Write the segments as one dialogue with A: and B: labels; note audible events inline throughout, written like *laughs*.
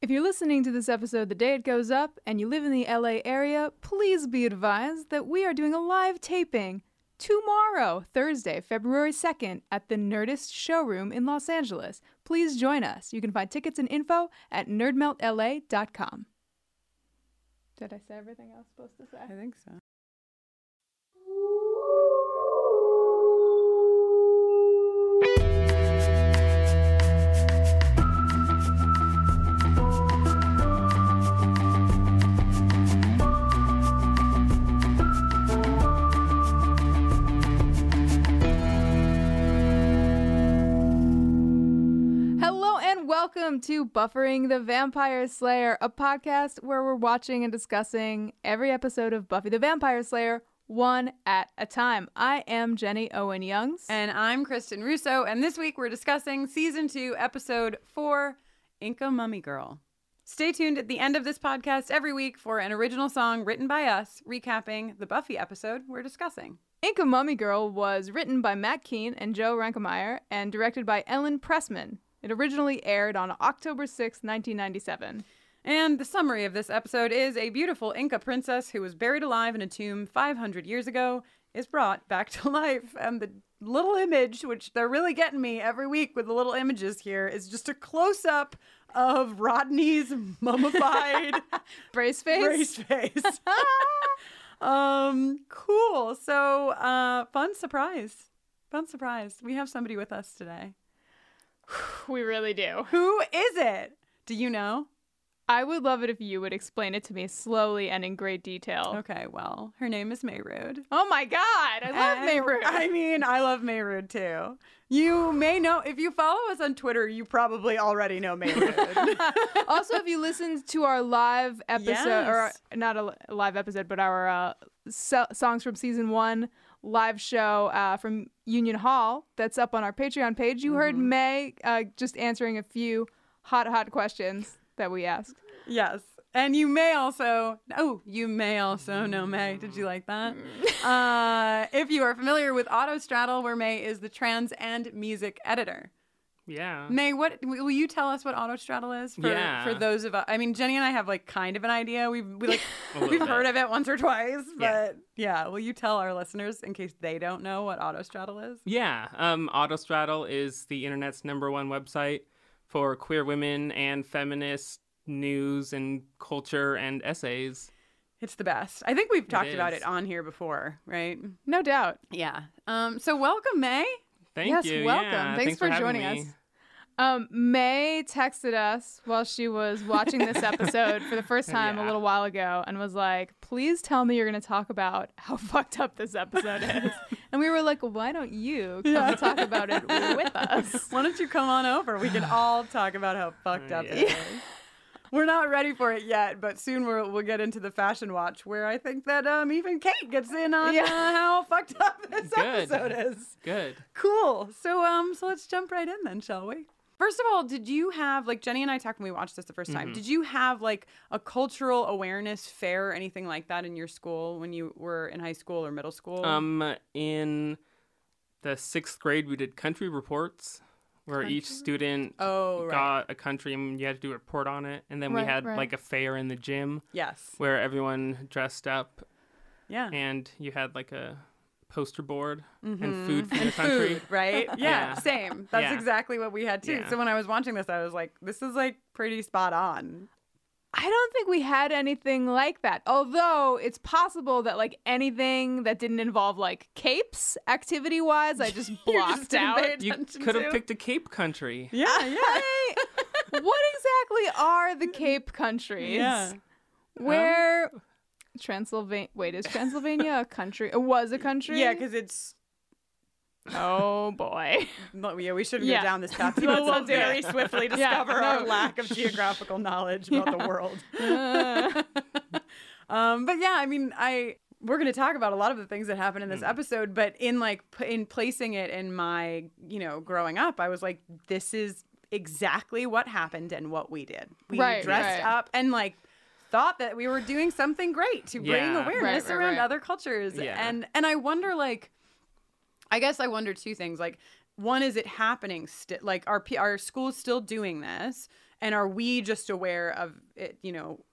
A: If you're listening to this episode the day it goes up and you live in the LA area, please be advised that we are doing a live taping tomorrow, Thursday, February 2nd, at the Nerdist Showroom in Los Angeles. Please join us. You can find tickets and info at nerdmeltla.com. Did I say everything I was supposed to
B: I
A: say?
B: think so.
A: Hello and welcome to Buffering the Vampire Slayer, a podcast where we're watching and discussing every episode of Buffy the Vampire Slayer one at a time. I am Jenny Owen Youngs.
B: And I'm Kristen Russo, and this week we're discussing season two, episode four, Inca Mummy Girl. Stay tuned at the end of this podcast every week for an original song written by us, recapping the Buffy episode we're discussing.
A: Inca Mummy Girl was written by Matt Keane and Joe Rankemeyer and directed by Ellen Pressman. It originally aired on October 6, 1997.
B: And the summary of this episode is a beautiful Inca princess who was buried alive in a tomb 500 years ago is brought back to *laughs* life. And the little image, which they're really getting me every week with the little images here, is just a close up of Rodney's *laughs* mummified
A: Brace face? *laughs*
B: brace face. *laughs* um, cool. So, uh, fun surprise. Fun surprise. We have somebody with us today.
A: We really do.
B: Who is it? Do you know?
A: I would love it if you would explain it to me slowly and in great detail.
B: Okay, well, her name is Mayrood.
A: Oh my god, Oh. I love
B: And-
A: Meru.
B: I mean, I love Mayrood too. You may know if you follow us on Twitter, you probably
A: *laughs*
B: already know Mayrood.
A: also, if you listened to our live episode,
B: Yes.
A: or not a li- live episode, but our uh, so- songs from season one live show uh, from Union Hall that's up on our Patreon page, you heard May uh, just answering a few hot, hot questions that we asked.
B: yes. And you may also, oh, you may also know May. Did you like that?
C: Mm.
B: uh, if you are familiar with Auto Straddle, where May is the trans and music editor.
C: Yeah.
B: May, what will you tell us what Auto Straddle is for,
C: Yeah.
B: for those of us? I mean, Jenny and I have like kind of an idea. We've we like
C: *laughs* A
B: *laughs* we've
C: little bit.
B: heard of it once or twice,
C: Yeah.
B: but yeah. Will you tell our listeners in case they don't know what Auto Straddle is?
C: Yeah. Um, Autostraddle is the internet's number one website for queer women and feminist news and culture and essays.
B: It's the best. I think we've talked about
C: is.
B: it on here before, right?
A: No doubt.
B: Yeah. Um. So welcome, May.
C: Thank
A: Yes,
C: you.
A: welcome.
C: Yeah,
A: Thanks for
C: having
A: joining
C: me.
A: us. Um, May texted us while she was watching this episode for the first time a
C: Yeah.
A: little while ago and was like, please tell me you're going to talk about how *laughs* fucked up this episode is. and we were like, why don't you come
B: Yeah.
A: talk about it with us?
B: Why don't you come on over? We can all talk about how fucked up it is. We're not ready for it yet, but soon we'll, we'll get into the fashion watch where I think that um, even Kate gets in on
A: Yeah.
B: uh, how fucked up this
C: Good.
B: episode is.
C: Good.
B: Cool. So um, so let's jump right in then, shall we? First of all, did you have like Jenny and I talked when we watched this the 1st time? Did you have like a cultural awareness fair or anything like that in your school when you were in high school or middle school?
C: Um, in the sixth grade, we did country reports, where each student
B: oh right,
C: got a country and you had to do a report on it, and then
A: Right,
C: we had
A: right.
C: like a fair in the gym
B: yes,
C: where everyone dressed up
B: yeah,
C: and you had like a poster board and
A: Mm-hmm.
C: food from your country.
B: food,
C: *laughs*
B: right? Yeah,
C: Yeah.
B: same. That's
C: Yeah.
B: exactly what we had too.
C: Yeah.
B: So when I was watching this, I was like, this is like pretty spot on.
A: I don't think we had anything like that. Although it's possible that like anything that didn't involve like capes activity wise, I just blocked
B: didn't
A: out.
B: pay
C: *laughs* You
B: attention
C: could
B: to.
C: have picked a Cape country.
B: Yeah, *laughs* yeah,
A: I- what exactly are the Cape countries?
B: yeah. Um,
A: Where Transylvania? Wait, is Transylvania a country? It was a country.
B: Yeah, *laughs* because it's
A: oh boy.
B: Well, yeah, we shouldn't
A: Yeah.
B: go down
A: *laughs*
B: this path.
A: No,
B: People
A: we'll
B: will
A: do it.
B: very *laughs* swiftly
A: Yeah,
B: discover our
A: no.
B: *laughs* lack of geographical knowledge about the world.
A: Uh,
B: *laughs* Um, but yeah, I mean, I we're going to talk about a lot of the things that happened in this episode, but in like p- in placing it in my, you know, growing up, I was like this is exactly what happened and what we did. We
A: Right,
B: dressed
A: right.
B: up and like thought that we were doing something great to bring
C: Yeah. Right,
B: awareness
A: right,
B: around
A: right.
B: other cultures.
C: Yeah.
B: And and I wonder like I guess I wonder two things. Like, one is it happening? St- like, are P- are schools still doing this? And are we just aware of it? You know,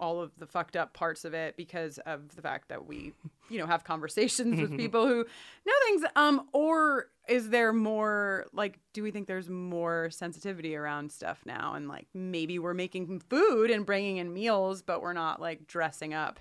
B: all of the fucked up parts of it because of the fact that
C: *laughs*
B: we, you know, have conversations with people who know things. Um, or is there more? Like, do we think there's more sensitivity around stuff now? And like, maybe we're making food and bringing in meals, but we're not like dressing up.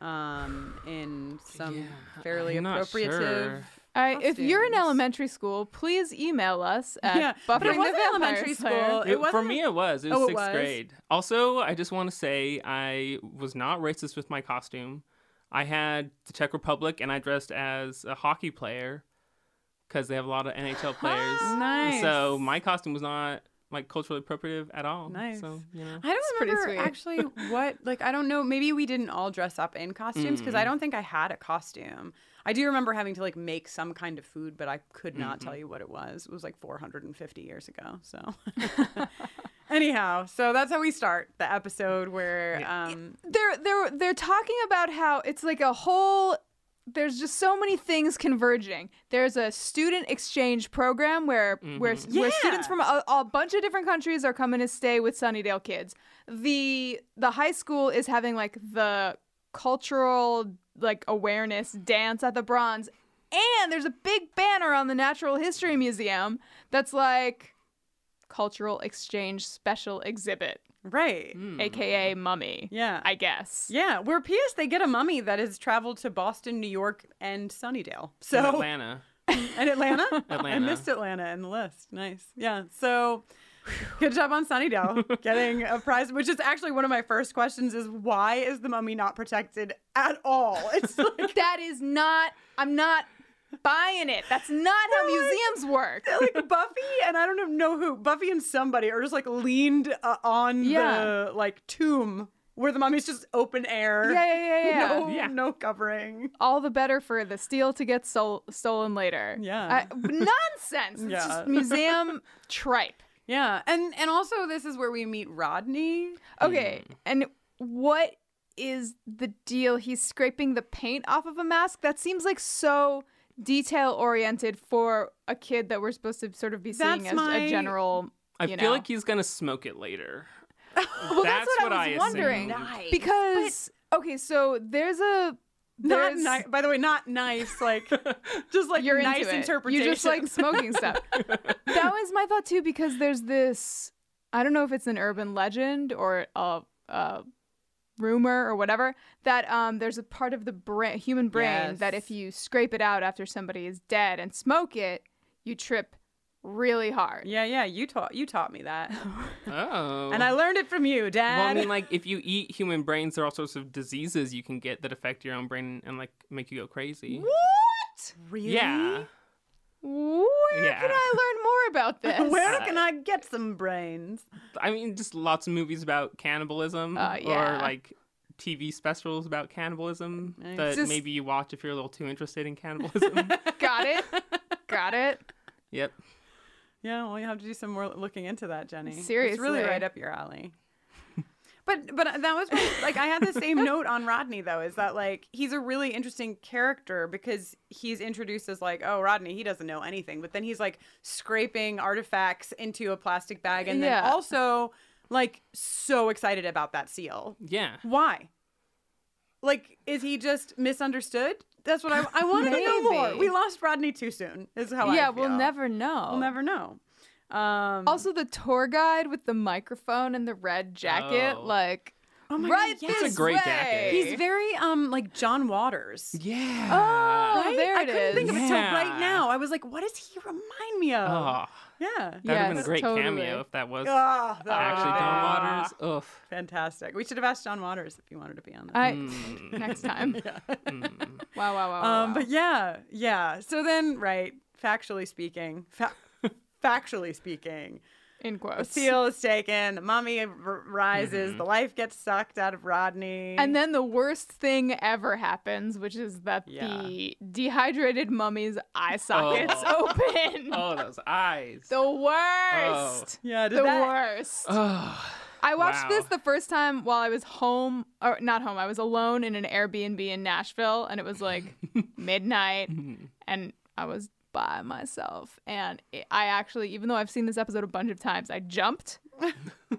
B: Um, in some
C: Yeah,
B: fairly
C: I'm not
B: appropriative.
C: sure.
A: All right, if you're in
B: Costumes.
A: elementary school, please email us at
B: Yeah,
A: buffering
B: but it
A: the
B: wasn't
A: Vampire
B: elementary
A: Slayer.
B: school. It
C: It- for
B: wasn't-
C: me, it was. It was
B: Oh, it
C: sixth
B: was?
C: grade. Also, I just want to say I was not racist with my costume. I had the Czech Republic, and I dressed as a hockey player because they have a lot
B: *gasps*
C: of NHL players.
B: Nice.
C: So my costume was not like culturally appropriative at all.
B: Nice.
C: So you know.
B: I don't
A: pretty
B: remember
A: sweet.
B: actually
A: *laughs*
B: what like I don't know maybe we didn't all dress up in costumes because
A: Mm-hmm.
B: I don't think I had a costume. I do remember having to like make some kind of food, but I could not
A: Mm-hmm.
B: tell you what it was. It was like 450 years ago.
A: *laughs*
B: So *laughs* anyhow, so that's how we start the episode where um
A: they're they're they're talking about how it's like a whole there's just so many things converging. There's a student exchange program where where, where students
B: Yeah.
A: from a, a bunch of different countries are coming to stay with Sunnydale kids. The the high school is having like the cultural like awareness dance at the Bronze, and there's a big banner on the Natural History Museum that's like cultural exchange special exhibit,
B: right.
A: aka Mummy.
B: Yeah.
A: Mm. I guess.
B: yeah, where P.S. they get a mummy that has traveled to Boston, New York, and Sunnydale. So
C: In Atlanta.
B: And
C: *laughs*
B: Atlanta? I
C: Atlanta.
B: missed Atlanta in the list. Nice. Yeah. So good job on
C: *laughs*
B: Sunnydale getting a prize, which is actually one of my first questions is why is the mummy not protected at all? *laughs* It's like
A: That is not. I'm not buying it. That's not *laughs* how museums work.
B: like Buffy and I don't know who, Buffy and somebody are just like leaned uh, on
A: Yeah.
B: the like tomb where the mummy's just open air.
A: Yeah, yeah, yeah, yeah.
B: No,
C: Yeah.
B: no covering.
A: All the better for the steel to get sol- stolen later.
B: Yeah.
A: I- *laughs* nonsense. It's
B: Yeah.
A: just museum tripe.
B: Yeah. And and also this is where we meet Rodney.
A: Okay, and what is the deal? He's scraping the paint off of a mask. That seems like so detail oriented for a kid that we're supposed to sort of be seeing
B: That's
A: as
B: my-
A: a general.
C: I
A: you
C: feel
A: know.
C: like he's gonna smoke
B: *laughs*
C: it later.
A: Well, that's, what, I was wondering.
C: assumed.
A: Because okay, so there's a
B: Not
A: there's-
B: ni- by the way, not
A: *laughs*
B: nice, like just like
A: you're
B: nice
A: into it.
B: interpretation.
A: You just *laughs* like smoking stuff. that was my thought too, because there's this. I don't know if it's an urban legend or a, a rumor or whatever that um, there's a part of the brain, human brain, that
B: Yes.
A: if you scrape it out after somebody is dead and smoke it, you trip really hard.
B: Yeah, yeah, you taught you taught me that,
A: *laughs*
C: Oh.
B: and I learned it from you, Dad.
C: Well,
B: *laughs*
C: I mean, like if you eat human brains, there are all sorts of diseases you can get that affect your own brain and like make you go crazy.
B: really?
C: Yeah.
A: Where
C: Yeah.
A: could I learn more
B: *laughs*
A: about this?
B: Where can I get some brains?
C: I mean, just lots of movies about cannibalism
A: Uh, yeah.
C: or like TV specials about cannibalism
B: Nice.
C: that
A: Just-
C: maybe you watch if you're a little too interested in
A: *laughs*
C: cannibalism.
A: Got
B: *laughs*
A: it. Got it.
C: yep.
B: Yeah, well, you have to do some more looking into that, Jenny. it's
A: Seriously.
B: really right up your alley. *laughs* But but that was my, like I had the
A: *laughs*
B: same note on Rodney though is that like he's a really interesting character because he's introduced as like oh Rodney he doesn't know anything but then he's like scraping artifacts into a plastic bag and
A: Yeah.
B: then also like so excited about that seal
C: Yeah.
B: Why? Like, is he just misunderstood? That's what I, I wanted to know more.
A: Maybe.
B: We lost Rodney too soon, is how I
A: yeah,
B: feel.
A: we'll never know.
B: We'll never know. Um,
A: Oh. Also, the tour guide with the microphone and the red jacket,
C: Oh.
A: like
B: oh my
A: right
B: God,
A: this
B: yes.
C: That's a great
A: way.
C: jacket.
B: He's very um like John Waters.
C: Yeah.
A: Oh,
B: Right?
A: there
B: I
A: it
B: couldn't think
A: is.
B: of it till right
C: Yeah.
B: now. I was like, what does he remind me of?
C: Oh,
B: yeah.
C: that would have been a
A: Yes,
C: great
A: totally. Ah.
C: cameo if that was
B: Ah, that
C: actually
B: would've been
C: Don Waters. Oof.
B: Fantastic. We should have asked John Waters if he wanted to be on that.
A: I,
C: Hmm.
A: *laughs* next
C: *laughs*
A: time. *laughs* Wow, wow, wow. wow,
B: Um,
C: Ah.
A: wow.
B: but yeah,
C: *laughs*
B: yeah. So then, right, factually speaking, fa- factually speaking,
A: in
B: The
A: quotes.
B: seal is taken. The mummy r- rises.
C: Mm-hmm.
B: The life gets sucked out of Rodney.
A: And then the worst thing ever happens, which is that
B: Yeah.
A: the dehydrated mummy's eye sockets *laughs* open.
C: Oh, those eyes.
A: The worst.
B: yeah, Oh. did
A: The
B: that-
A: worst.
C: Ugh.
A: I watched
C: Oh, wow.
A: this the first time while I was home, or not home, I was alone in an Airbnb in Nashville, and it was like midnight,
C: Hmm.
A: and I was by myself. And it, I actually, even though I've seen this episode a bunch of times, I *laughs* jumped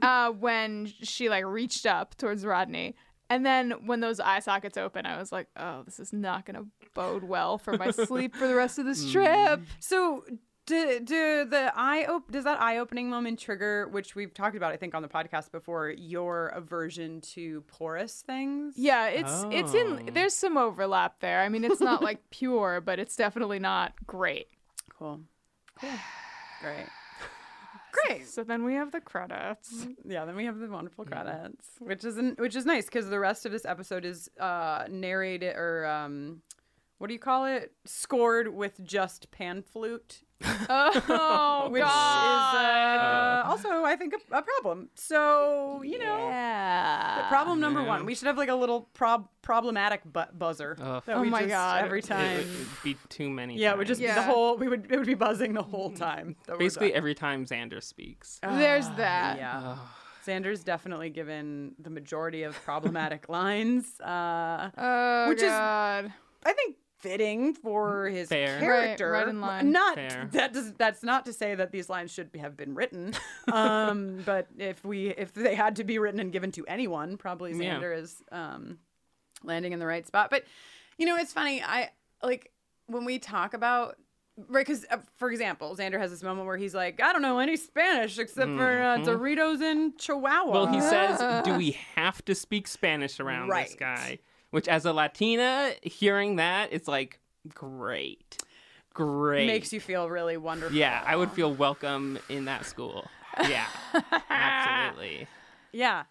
A: uh, when she like reached up towards Rodney. And then when those eye sockets open, I was like, oh, this is not going to bode well for my sleep for the rest of *laughs* this trip.
B: So do, do the eye op- does that eye opening moment trigger, which we've talked about, I think, on the podcast before, your aversion to porous things?
A: Yeah, it's it's in
C: Oh.
A: there's some overlap there. I mean, it's not like *laughs* pure, but it's definitely not great.
B: Cool.
A: *sighs*
B: Cool. Great.
A: Great. So then we have the credits.
B: Yeah, then we have the wonderful
A: Mm-hmm.
B: credits, which isn't which is nice because the rest of this episode is uh narrated or um what do you call it? Scored with just pan flute,
A: *laughs* *laughs* Oh
B: which
A: God.
B: is uh, also I think a, a problem. So you know,
A: yeah.
B: But problem number
C: Yeah.
B: one, we should have like a little prob- problematic bu- buzzer
C: Ugh.
B: that
A: Oh
B: we
A: my
B: just
A: God.
B: every
A: It
C: It
B: time.
C: would it'd be too many.
B: yeah, it would
C: times.
B: just be
A: Yeah.
B: the whole. We would it would be buzzing the whole time. that we're
C: basically
B: done. Ah,
C: every time Xander speaks.
A: *sighs*
B: Oh,
A: There's that.
B: yeah.
C: Ugh.
B: Xander's definitely given the majority of problematic *laughs* lines, uh,
A: Oh
B: Which is-
A: God.
B: I think fitting for his
C: Mm-hmm. Fair. Right,
B: character.
A: right in line.
B: Not
C: Fair.
B: that does, that's not to say that these lines should be, have been written,
C: *laughs*
B: um, but if we if they had to be written and given to anyone, probably
C: Yeah.
B: Xander is um, landing in the right spot. But you know, it's funny. I like when we talk about. Right, because uh, for example, Xander has this moment where he's like, "I don't know any Spanish except for uh, Doritos and Chihuahua."
C: Mm-hmm. Well, he says, "Do
B: *laughs*
C: we have to speak Spanish around this
B: Right.
C: guy?" Which, as a Latina, hearing that, it's like great, great.
B: makes you feel really wonderful.
C: Yeah, I would feel welcome in that school. Yeah,
B: *laughs*
C: absolutely.
B: yeah.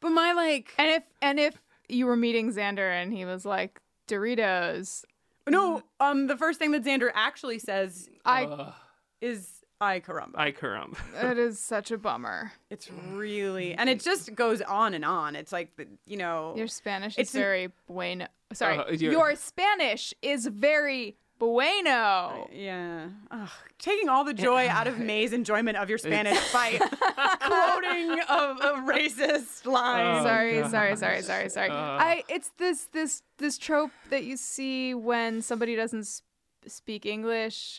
B: But my like,
A: And if and if you were meeting Xander and he was like Doritos,
B: No,
C: Mm-hmm.
B: um, the first thing that Xander actually says
A: I
C: *laughs* Ugh.
B: is "I caramba."
C: I curump.
B: Mm-hmm.
A: that is such a bummer.
B: It's really, and it just goes on and on. It's like the, you know,
A: Your Spanish
B: It's
A: is
B: an-
A: very bueno. Sorry,
C: Uh, you're-
A: your Spanish is very bueno.
B: uh, yeah, Ugh, taking all the
C: *laughs*
B: joy out of May's enjoyment of your Spanish by quoting a, a racist line.
C: Oh,
A: sorry,
C: God.
A: sorry, sorry, sorry, sorry.
C: Uh.
A: I it's this this this trope that you see when somebody doesn't sp- speak English,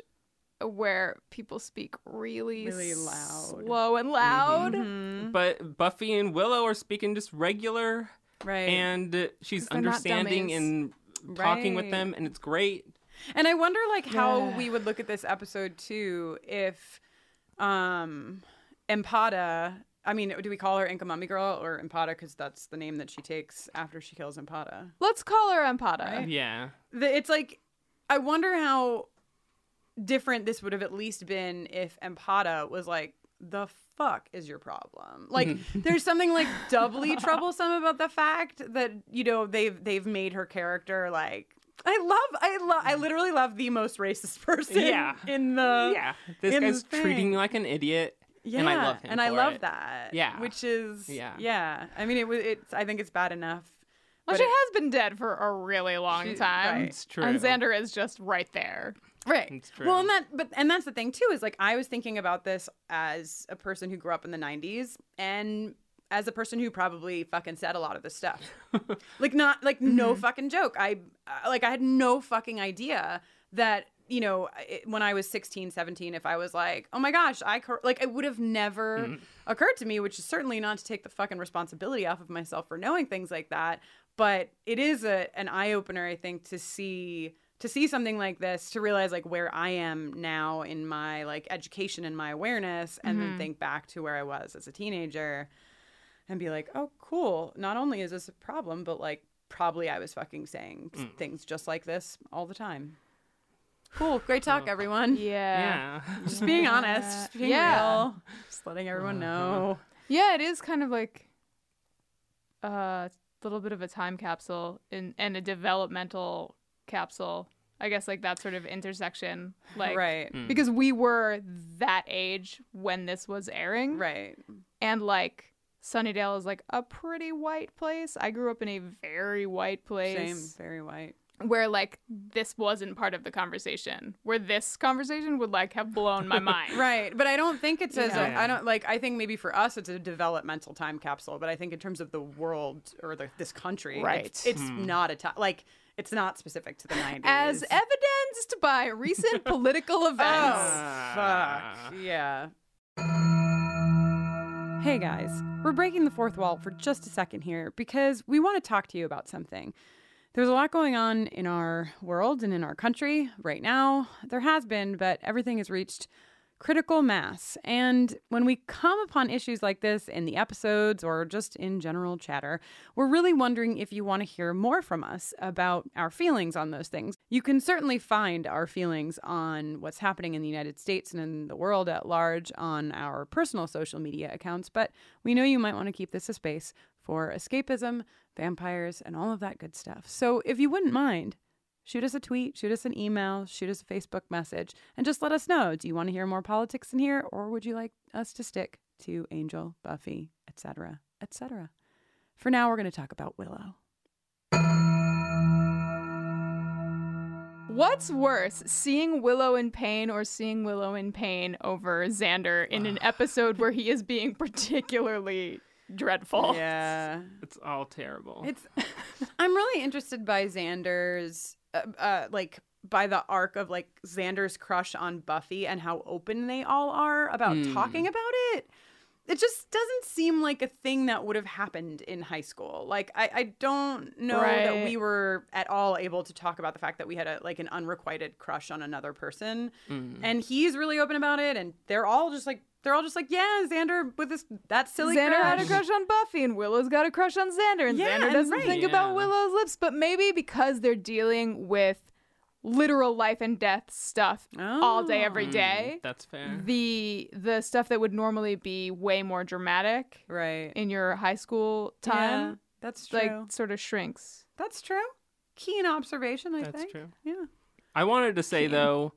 A: where people speak really,
B: Really loud.
A: slow and loud.
C: Mm-hmm.
B: Mm-hmm.
C: But Buffy and Willow are speaking just regular,
B: right.
C: and she's
A: they're not
C: understanding
A: dummies.
C: and talking with
B: Right.
C: them, and it's great.
B: And I wonder like how
A: Yeah.
B: we would look at this episode too if um Empada I mean, do we call her Inca Mummy Girl or Empada because that's the name that she takes after she kills Empada?
A: Let's call her Empada.
C: Yeah,
B: The, it's like, I wonder how different this would have at least been if Empada was like, the fuck is your problem?
C: *laughs*
B: Like, there's something like doubly troublesome about the fact that you know they've they've made her character like. I love, I love, I literally love the most racist *laughs* person.
C: Yeah.
B: In the
C: yeah. This
B: in the
C: guy's treating
B: thing.
C: me like an idiot,
B: Yeah,
C: and I love him.
B: and I
C: for
B: love
C: it.
B: that.
C: Yeah.
B: which is yeah,
C: Yeah.
B: yeah. I mean, it was. It's. I think it's bad enough.
A: Well,
B: but
A: she
B: it-
A: has been dead for a really long
B: She-
A: time.
B: right.
C: It's true.
A: And Xander is just right
B: *laughs*
A: there.
B: Right.
C: It's
B: Well,
C: true.
B: and that but and that's the thing too is like I was thinking about this as a person who grew up in the 90s and as a person who probably fucking said a lot of this
C: *laughs*
B: stuff. like not like no
C: Mm-hmm.
B: fucking joke. I I- like I had no fucking idea that you know, it, when I was 16, 17, if I was like, oh my gosh, I cor-, like, it would have never occurred to me, which is certainly not to take the fucking responsibility off of myself for knowing things like that. But it is a, an eye opener, I think, to see to see something like this to realize like where i am now in my like education and my awareness and
A: Mm-hmm.
B: then think back to where i was as a teenager and be like oh cool not only is this a problem but like probably i was fucking saying s- things just like this all the time cool great talk everyone
A: *laughs* Yeah.
C: Yeah. *laughs*
B: just being honest just being
A: Yeah.
B: real just letting everyone know
A: Yeah, it is kind of like a little bit of a time capsule in, and a developmental capsule I guess like that sort of intersection, like
B: right.
A: because we were that age when this was airing,
B: Right.
A: and like Sunnydale is like a pretty white place. I grew up in a very white place
B: Same. Very white.
A: where like this wasn't part of the conversation, where this conversation would like have blown
B: *laughs*
A: my mind.
B: Right. But I don't think it's
A: You
B: as
A: know.
B: a, I don't like I think maybe for us it's a developmental time capsule, but I think in terms of the world or the, this country, it's,
A: Right.
B: it's not a ti like it's not specific to the 90s.
A: As evidenced by
B: *laughs*
A: recent political events.
B: Oh, fuck. Yeah. Hey guys, we're breaking the fourth wall for just a second here because we want to talk to you about something. There's a lot going on in our world and in our country right now. There has been, but everything has reached critical mass. And when we come upon issues like this in the episodes or just in general chatter, we're really wondering if you want to hear more from us about our feelings on those things. You can certainly find our feelings on what's happening in the United States and in the world at large on our personal social media accounts, but we know you might want to keep this a space for escapism, vampires, and all of that good stuff. So if you wouldn't mind, shoot us a tweet, shoot us an email, shoot us a Facebook message, and just let us know. Do you want to hear more politics in here, or would you like us to stick to Angel, Buffy, etc., etc.? For now, we're going to talk about Willow.
A: What's worse, seeing Willow in pain or seeing Willow in pain over Xander in
B: *sighs*
A: an episode where he is being particularly dreadful?
B: Yeah,
C: It's
A: *laughs*
C: all terrible.
B: it's. I'm really interested by Xander's, uh, uh, like by the arc of like Xander's crush on Buffy and how open they all are about
A: Hmm.
B: talking about it. It just doesn't seem like a thing that would have happened in high school. Like I, I don't know that
A: Right.
B: we were at all able to talk about the fact that we had a like an unrequited crush on another person.
C: Mm.
A: Hmm.
B: And he's really open about it and they're all just like they're all just like, Yeah, Xander with this that silly
A: Xander
B: crush.
A: had a crush on Buffy, and Willow's got a crush on Xander, and
B: Yeah,
A: Xander
B: and
A: doesn't
B: right.
A: think about
C: Yeah.
A: Willow's lips. But maybe because they're dealing with literal life and death stuff all day,
B: Oh.
A: every
C: Mm,
A: day,
C: That's fair.
A: the the stuff that would normally be way more dramatic
B: Right.
A: in your high school
B: Yeah,
A: time,
B: that's true.
A: like sort of shrinks.
B: that's true. Keen observation, I
C: That's
B: think.
C: true.
B: Yeah.
C: I wanted to say though,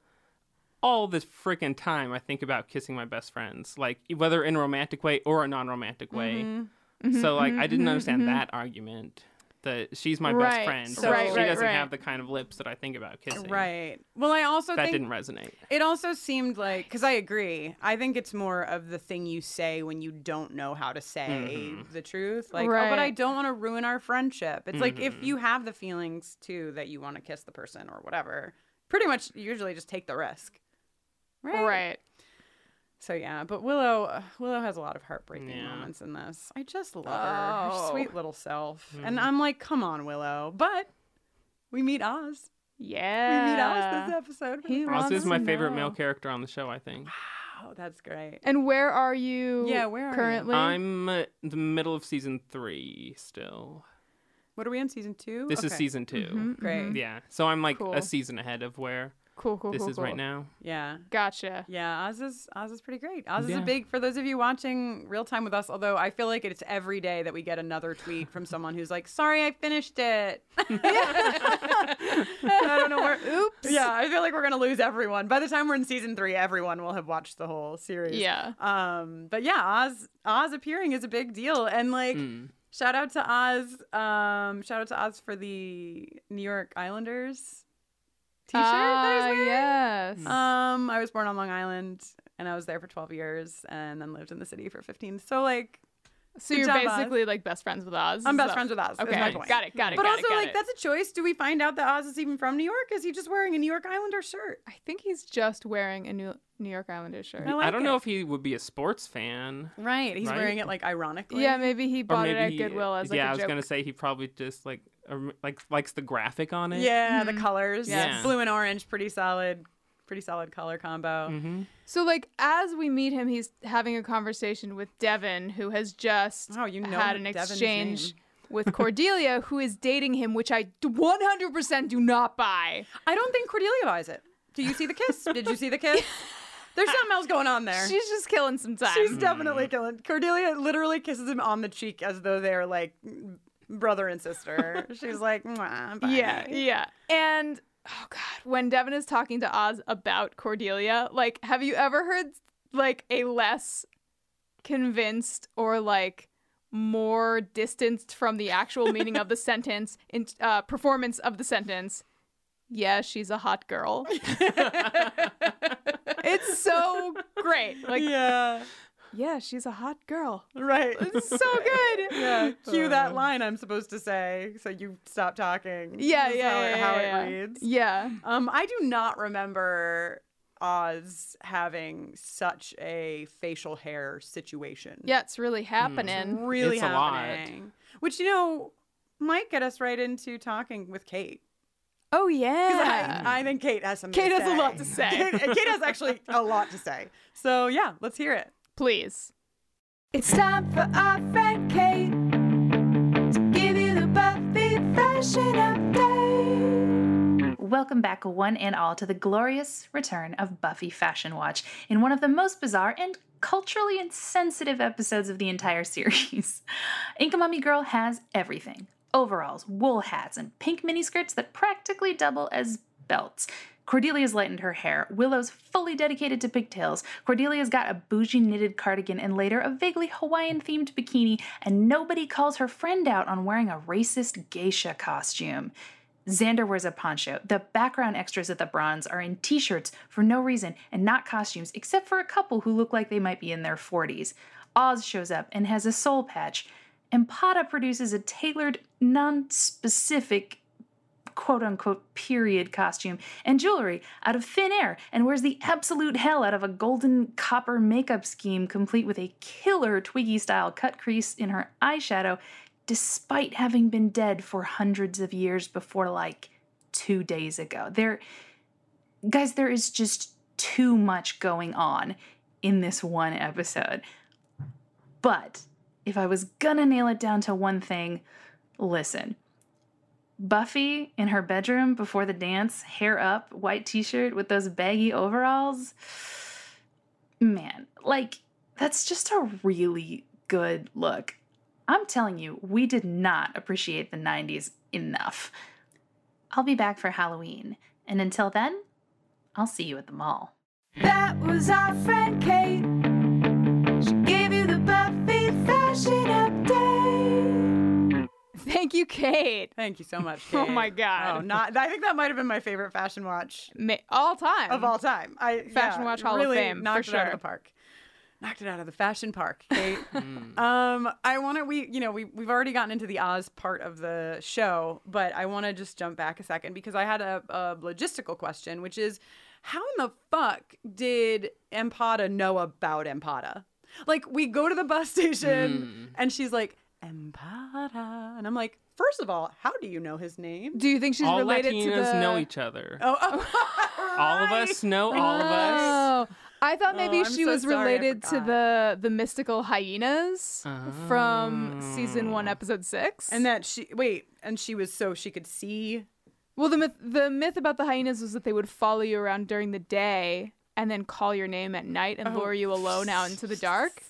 C: all this freaking time I think about kissing my best friends, like whether in a romantic way or a non-romantic way.
A: Mm-hmm.
B: Mm-hmm.
C: So like I didn't understand that argument that she's my
A: Right.
C: best friend,
A: So-
C: so
B: Right,
C: she
B: right,
C: doesn't
A: right.
C: have the kind of lips that I think about kissing.
B: Right. Well, I also
C: That
B: think
C: didn't resonate.
B: It also seemed like, because I agree, I think it's more of the thing you say when you don't know how to say
C: Mm-hmm.
B: the truth. Like, oh,
A: Right.
B: but I don't want to ruin our friendship. It's like
C: Mm-hmm.
B: if you have the feelings too that you want to kiss the person or whatever, pretty much usually just take the risk. Right.
A: Right.
B: So yeah, but Willow, uh, Willow has a lot of heartbreaking
C: Yeah.
B: moments in this. I just love her, her
A: Oh.
B: sweet little self,
C: Mm-hmm.
B: and I'm like, come on, Willow. But we meet Oz.
A: Yeah.
B: we meet Oz this episode. for the
A: He
B: first
C: Oz is
A: wants
C: my
A: to
C: favorite
A: know.
C: male character on the show, I think.
B: Oh, that's great.
A: And where are you?
B: Yeah, where are you?
A: currently?
C: I'm uh, the middle of season three still.
B: What are we on season two?
C: This is
B: Okay.
C: season Mm-hmm. 2
B: Great.
C: Yeah. So I'm like
A: Mm-hmm. Cool.
C: a season ahead of where
A: cool, cool,
C: this
A: cool,
C: is right
A: cool.
C: now.
B: Yeah.
A: Gotcha.
B: Yeah, Oz is Oz is pretty great. Oz is
C: Yeah.
B: a big for those of you watching real time with us. Although I feel like it's every day that we get another tweet from someone who's like, "Sorry, I finished it." *laughs* I don't know where. Oops. Yeah, I feel like we're gonna lose everyone by the time we're in season three. Everyone will have watched the whole series.
A: Yeah.
B: Um. But yeah, Oz Oz appearing is a big deal, and like.
A: Mm.
C: Hmm.
B: Shout out to Oz. Um, shout out to Oz for the New York Islanders t-shirt that he's
A: Ah,
B: wearing.
A: yes.
C: Hmm.
B: Um, I was born on Long Island and I was there for 12 years and then lived in the city for 15. So like
A: so
B: good
A: you're
B: job, Oz.
A: basically like best friends with Oz. is
B: I'm best
A: that-
B: friends with Oz. is
A: Okay,
B: my point.
A: got it, got it.
B: But
A: got
B: also
A: it, got
B: like
A: it.
B: that's a choice. Do we find out that Oz is even from New York? Is he just wearing a New York Islander shirt?
A: I think he's just wearing a New, New York Islander shirt.
B: I like
C: I don't
B: it.
C: know if he would be a sports fan.
B: Right. He's
C: Right?
B: wearing it like ironically.
A: yeah, maybe he bought it at Goodwill as like
C: yeah,
A: a
C: I was
A: joke.
C: gonna say he probably just like um, like likes the graphic on it.
B: Yeah,
A: Mm-hmm.
B: the colors.
C: Yes. Yeah.
B: Blue and orange, pretty solid pretty solid color combo.
A: Mm.
C: Mm-hmm.
A: So like as we meet him, he's having a conversation with Devin, who has just
B: Oh, you know
A: had an
B: Devin's
A: exchange
B: *laughs* name.
A: with Cordelia, who is dating him, which I 100% do not buy.
B: I don't think Cordelia buys it. Do you see the
A: *laughs*
B: kiss? Did you see the kiss? There's something else going on there.
A: She's just killing some time.
C: Mm-hmm.
B: She's definitely killing. Cordelia literally kisses him on the cheek as though they're
A: *laughs*
B: like brother and sister. She's like, "Mwah, bye."
A: yeah, yeah. And oh god, when Devin is talking to Oz about Cordelia, like, have you ever heard like a less convinced or like more distanced from the actual meaning *laughs* of the sentence in uh, performance of the sentence? Yeah, she's a hot *laughs* girl. it's so great. *laughs* Like,
B: yeah.
A: yeah, she's a hot girl.
B: Right.
A: *laughs* It's
B: *laughs*
A: so good.
B: yeah. Cue
C: Uh.
B: that line I'm supposed to say, so you stop talking.
A: Yeah,
B: This is
A: yeah,
B: how,
A: yeah,
B: how
A: yeah,
B: it
A: yeah.
B: reads.
A: Yeah.
B: Um, I do not remember Oz having such a facial hair situation.
A: Yeah, it's really happening.
B: really
C: It's a lot.
B: happening. Which you know might get us right into talking with Kate.
A: Oh *laughs*
B: 'Cause
A: yeah.
B: I, I think Kate has something.
A: Kate
B: to
A: has a
B: say.
A: lot to say.
B: Kate, Kate has
A: *laughs*
B: actually a lot to say. So yeah, let's hear it.
A: Please. It's time for our friend Kate to give you the Buffy fashion update.
D: Welcome back, one and all, to the glorious return of Buffy Fashion Watch in one of the most bizarre and culturally insensitive episodes of the entire *laughs* series. Inkamami Girl has everything overalls, wool hats, and pink miniskirts that practically double as belts. Cordelia's lightened her hair. Willow's fully dedicated to pigtails. Cordelia's got a bougie knitted cardigan and later a vaguely Hawaiian themed bikini, and nobody calls her friend out on wearing a racist geisha costume. Xander wears a poncho. The background extras at the Bronze are in t shirts for no reason and not costumes, except for a couple who look like they might be in their 40s. Oz shows up and has a soul patch. And Pada produces a tailored, non specific quote unquote period costume and jewelry out of thin air and wears the absolute hell out of a golden copper makeup scheme complete with a killer Twiggy style cut crease in her eyeshadow, despite having been dead for hundreds of years before like two days ago. There, guys, there is just too much going on in this one episode. But if I was gonna nail it down to one thing, listen. Buffy in her bedroom before the dance, hair up, white t shirt with those baggy overalls. Man, like, that's just a really good look. I'm telling you, we did not appreciate the 90s enough. I'll be back for Halloween, and until then, I'll see you at the mall.
A: That was our friend Kate. She gave you the Buffy fashion update. Thank you, Kate.
B: Thank you so much.
A: Oh my
B: Kate.
A: God.
B: Oh, not. I think that might have been my favorite fashion watch
A: Ma- all time.
B: of all time. I
A: Fashion
B: yeah,
A: Watch Hall of
B: really
A: Fame, for
B: knocked it out
A: sure.
B: of the park. Knocked it out of the
A: *laughs*
B: fashion park. Kate.
C: Hmm.
B: um, I want to. We, you know, we we've already gotten into the Oz part of the show, but I want to just jump back a second because I had a, a logistical question, which is, how in the fuck did Empada know about Empada? Like, we go to the bus *laughs* station,
C: Hmm.
B: and she's like, Empada, and I'm like, first of all, how do you know his name?
A: Do you think *laughs* she's
C: all
A: related
C: Latinos
A: to the?
C: know each other.
B: Oh, *laughs* oh
C: all of us know all of us.
A: Oh, I thought maybe
B: I'm
A: she
B: so
A: was
B: sorry, I
A: related to
B: forgot.
A: the the mystical hyenas from season one,
C: Oh.
A: episode six.
B: And that she wait, and she was so she could see.
A: Well, the myth the myth about the hyenas was that they would follow you around during the day and then call your name at night
B: Oh.
A: and lure you alone out into the dark.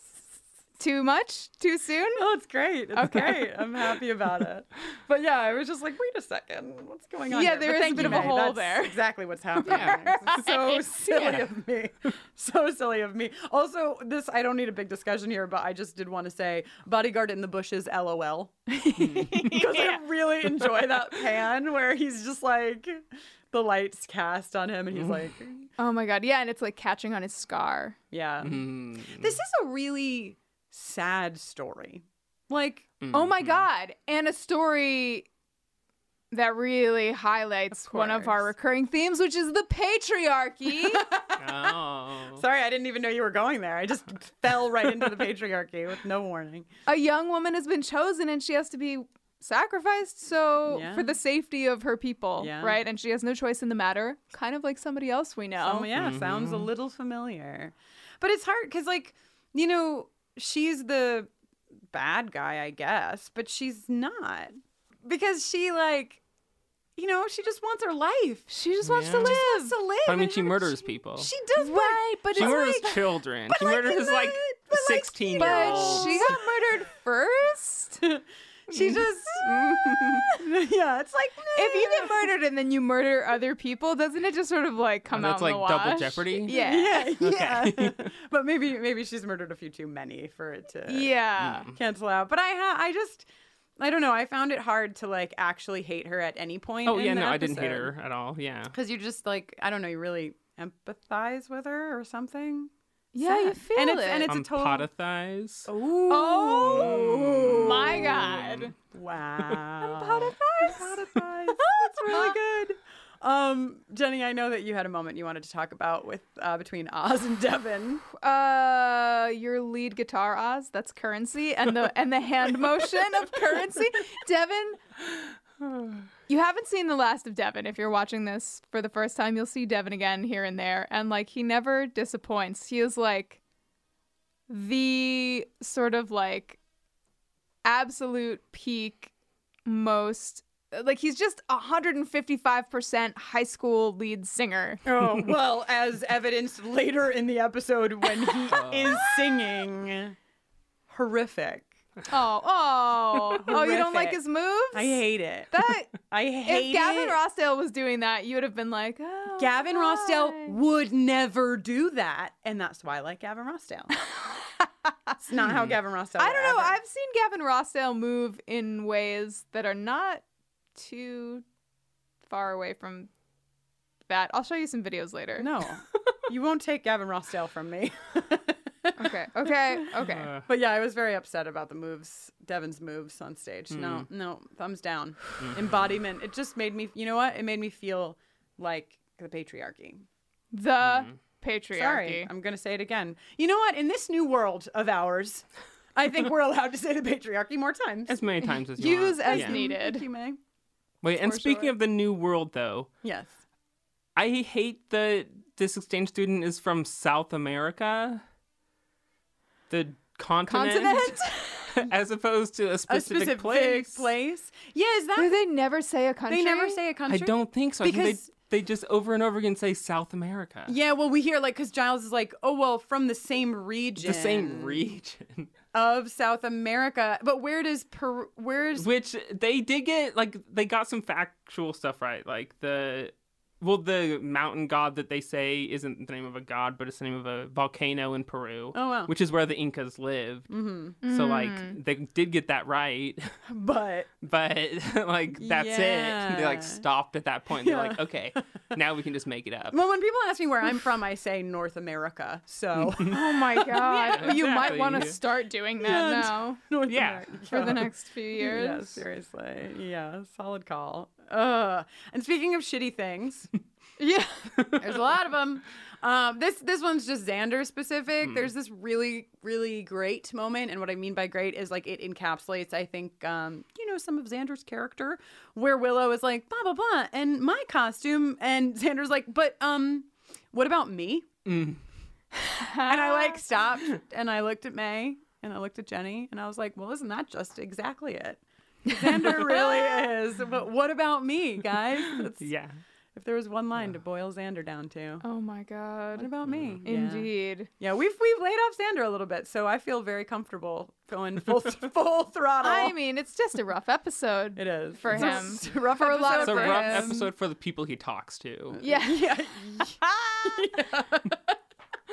A: Too much? Too soon?
B: Oh, it's great. It's great. I'm happy about *laughs* it. But yeah, I was just like, wait a second, what's going on?
A: Yeah,
B: here? But
A: there is a
B: thank
A: bit
B: you,
A: of a
B: May.
A: hole
B: That's
A: there.
B: Exactly *laughs* what's happening. So silly of me. So silly of me. Also, this I don't need a big discussion here, but I just did want to say, bodyguard in the bushes, lol. *laughs* Because I really enjoy *laughs* that pan where he's just like the lights cast on him, and he's like,
A: Oh my god. Yeah, and it's like catching on his scar.
B: yeah.
C: Mm.
B: This is a really sad story. Like,
A: Oh
B: Mm-hmm.
C: Hmm.
A: my god. And a story that really highlights
B: Of
A: one of our
B: course.
A: recurring themes, which is the
B: *laughs*
A: patriarchy. *laughs*
C: Oh.
B: sorry, I didn't even know you were going there. I
C: *laughs*
B: just fell right into the patriarchy with no warning.
A: a young woman has been chosen and she has to be sacrificed so
B: Yeah.
A: for the safety of her people
B: Yeah.
A: right and she has no choice in the matter kind of like somebody else we know
B: Oh,
C: Mm-hmm.
B: yeah, sounds a little familiar. But it's hard because, like, you know, she's the bad guy, I guess, but she's not. Because she, like, you know, she just wants her life. She
A: she just wants to
C: Yeah.
A: live
C: Just
B: wants to live.
C: I mean,
B: and
C: she
B: how did
C: murders people.
B: She does what?
A: right but
C: She
A: it's
C: murders
A: like
C: children. She
B: like,
C: murders
B: in
C: like
B: the- but, like,
C: 16 year
A: but
C: olds.
A: she got murdered first
B: She
C: *laughs*
B: just, *laughs* yeah, it's like
A: *laughs* If you get murdered and then you murder other people, doesn't it just sort of like come
C: Oh,
A: out
C: that's
A: in the
C: like double
A: wash?
C: jeopardy?
A: Yeah.
B: yeah, yeah.
C: *laughs* Okay.
B: but maybe maybe she's murdered a few too many for it to
C: Hmm.
A: Yeah.
B: cancel out. But I ha- I just I don't know. I found it hard to like actually hate her at any point.
C: Oh
B: in
C: yeah,
B: the
C: no, I didn't hate
B: episode.
C: her at all. Yeah.
B: because you just like I don't know, you really empathize with her or something.
A: Yeah, you
B: Sad.
A: feel
B: And it's-
A: it.
B: and it's- a
C: I'm
B: total-
C: potathize.
B: Ooh.
A: Oh my god.
B: Wow. Empathize. *laughs* That's really good. Um, Jenny, I know that you had a moment you wanted to talk about with uh, between Oz and Devin.
A: Uh, your lead guitar, Oz. That's currency, and the and the hand motion of
B: *laughs*
A: currency. Devin, you haven't seen the last of Devin. If you're watching this for the first time, you'll see Devin again here and there, and like he never disappoints. He is like the sort of like absolute peak most like he's just 155% high school lead singer
B: Oh,
A: *laughs*
B: well, as evidenced later in the episode when
A: *laughs*
B: he is singing horrific.
A: Oh, oh,
B: *laughs*
A: oh! You don't like
B: Horrific.
A: his moves?
B: I hate it.
A: that.
B: I *laughs* hate
A: if Gavin
B: it.
A: Rossdale was doing that, you would have been like, oh,
B: Gavin
A: hi.
B: Rossdale would never do that, and that's why I like Gavin
A: *laughs*
B: Rossdale. it's not how Gavin Rossdale.
A: Hmm. I
B: would
A: don't know.
B: ever-
A: I've seen Gavin Rossdale move in ways that are not too far away from that. I'll show you some videos
B: *laughs*
A: later.
B: no,
A: *laughs*
B: you won't take Gavin Rossdale from me. *laughs*
A: Okay. Okay. Okay.
C: Uh,
B: But yeah, I was very upset about the moves, Devin's moves on stage. No,
A: Hmm.
B: no,
A: *sighs*
B: thumbs down. Embodiment. It just made me, you know what? It made me feel like the patriarchy.
A: the
C: mm-hmm.
A: patriarchy.
B: Sorry, I'm going to say it again. You know what? In this new world of ours, I think we're allowed to say the patriarchy more times.
C: as many times as you
A: Use
C: want.
A: as
C: Yeah.
A: needed.
B: Thank you, May.
C: Wait, and
A: for
C: speaking
A: sure.
C: of the new world though,
B: Yes.
C: I hate that this exchange student is from South America, the continent,
A: Continent?
C: *laughs*
B: *laughs*
C: as opposed to a
B: A
C: specific,
B: specific place.
C: place.
B: Yeah, is that?
A: Do they never say a country?
B: They never say a
C: I
B: country.
C: don't think so. I think
B: Because-
C: they, they just over and over again say South America.
B: Yeah, well, we hear like because Giles is like, oh well, from the same region,
C: The same region,
B: of South America. But where does Peru? Where's
C: which they did get like they got some factual stuff right, like the well the mountain god that they say isn't the name of a god, but it's the name of a volcano in Peru.
B: Oh, wow. Mm.
C: which is where the Incas lived. Mm-hmm. So like they did get that right. *laughs*
B: but
C: but like that's it *laughs* they
B: Yeah.
C: like stopped at that point and they're like
B: Yeah. *laughs*
C: okay now we can just make it up
B: well, when people ask me where I'm from, I say North America. So
A: Oh *laughs* my god! You might
C: exactly.
A: want to start doing that
B: Yeah.
A: now
B: North
C: Yeah.
B: America.
A: for
B: *laughs*
A: the next few years. *laughs*
B: Yeah, seriously. Yeah, solid call. Ugh. And speaking of shitty things,
A: Yeah.
B: There's a lot of them. Um, this this one's just Xander specific. There's this really really great moment, and what I mean by great is like it encapsulates, I think, um, you know, some of Xander's character, where Willow is like blah blah blah, and my costume, and Xander's like, but um, what about me? And
A: *laughs*
B: I like stopped, and I looked at May, and I looked at Jenny, and I was like, well, isn't that just exactly it? Xander really is. But what about me,
A: *laughs*
B: guys? That's,
C: yeah
B: If there was one line to boil Xander down to.
A: Oh my god.
B: What about me?
A: Indeed.
B: Yeah. Yeah, we've we've laid off Sandra a little bit, so I feel very comfortable going
A: *laughs*
B: full full throttle.
A: I mean, it's just a rough episode.
B: Oh. *laughs* it is
A: for
B: It's a
A: him.
B: s- rough
A: For a lot
C: it's a
B: episode
A: For
C: rough
A: him.
C: episode for the people he talks to
A: yeah.
B: Yeah.
C: *sighs*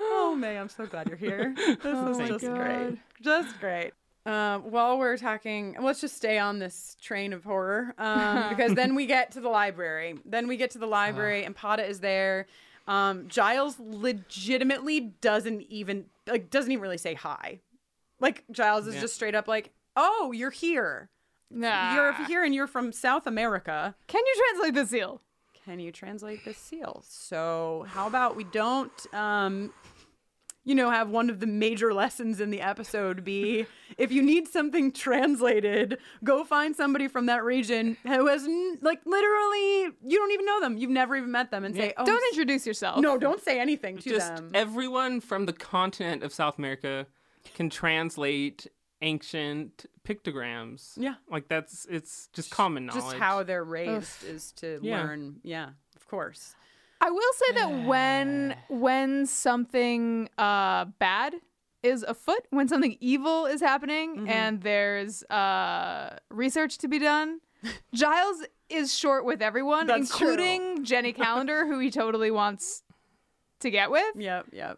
B: oh May, I'm so glad you're
C: *laughs*
B: here. This is
C: Oh my
B: just
C: God.
B: great, just great. Um, while we're talking, let's just stay on this train of horror um,
C: *laughs*
B: because then we get to the library. Then we get to the
C: Ah.
B: library, and Pada is there. Um, Giles legitimately doesn't even like doesn't even really say hi. Like Giles is
C: Yeah.
B: just straight up like, "Oh, you're here.
A: Nah.
B: You're here, and you're from South America."
A: Can you translate the seal?
B: can you translate this seal? So how about we don't, um, you know, have one of the major lessons in the episode be if you need something translated, go find somebody from that region who has n- like literally you don't even know them, you've never even met them, and say, oh,
A: Don't introduce yourself.
B: no, don't say anything to
C: just
B: them.
C: everyone from the continent of south america can translate ancient pictograms
B: Yeah.
C: like that's it's just common knowledge
B: Just how they're raised is to
C: Yeah.
B: learn. Yeah, of course. *sighs*
A: I will say that when when something uh bad is afoot when something evil is happening
B: Mm-hmm.
A: and there's uh, research to be
B: *laughs*
A: done. Giles is short with everyone,
B: That's true.
A: including
B: *laughs*
A: Jenny Calendar, who he totally wants to get with.
B: Yep, yep.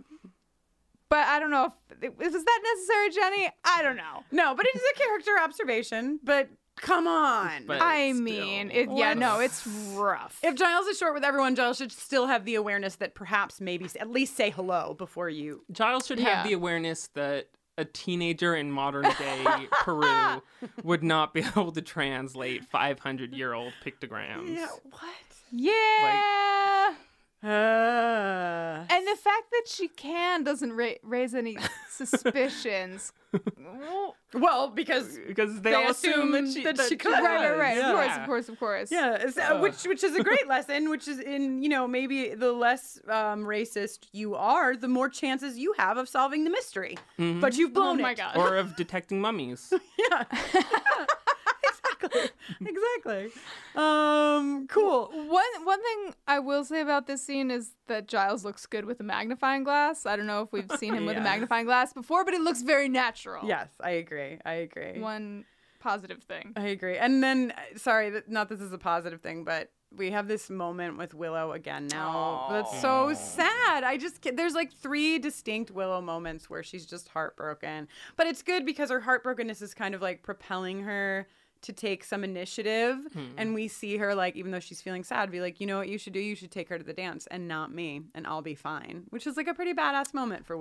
A: But I don't know if it, was that necessary, Jenny. I don't know.
B: No, but it is a character observation. But come on.
C: But-
A: I
C: still,
A: mean, it, yeah, no, it's rough.
B: if Giles is short with everyone, Giles should still have the awareness that perhaps maybe at least say hello before you.
C: Giles should
A: Yeah.
C: have the awareness that a teenager
B: *laughs*
C: in modern day Peru would not be *laughs* able to translate 500 year
B: um,
C: old pictograms.
B: what?
A: yeah.
B: Uh,
A: And the fact that she can doesn't ra- raise
B: *laughs*
A: any suspicions. Well,
B: well, Uh, because
C: Because they,
B: They
C: all assume that
B: assumed
C: she,
B: that she could.
A: right, right,
C: does.
A: right.
C: Yeah.
A: Of course, of course, of course.
B: Yeah, it's- uh, which which is a great lesson. Which is in you know maybe the less um, racist you are, the more chances you have of solving the mystery. But you've
A: Oh
B: blown
A: my
B: it.
A: god.
C: Or of detecting mummies.
B: *laughs* Yeah. *laughs* exactly. Exactly. Um. Cool.
A: One one thing I will say about this scene is that Giles looks good with a magnifying glass. I don't know if we've seen
B: *laughs*
A: him with a
C: Yeah.
A: magnifying glass before, but it looks very natural.
B: Yes, I agree. I agree.
A: One positive thing.
B: I agree. And then, uh, sorry, th- not this is a positive thing, but we have this moment with Willow again now. That's so sad. I just ca- there's like three distinct Willow moments where she's just heartbroken, but it's good because her heartbrokenness is kind of like propelling her to take some initiative
C: Hmm.
B: and we see her like even though she's feeling sad be like you know what you should do you should take her to the dance and not me and i'll be fine which is like a pretty badass moment for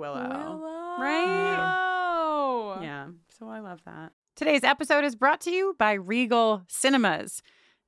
B: right
A: Oh.
B: uh, yeah, so I love that. Today's episode is brought to you by Regal Cinemas.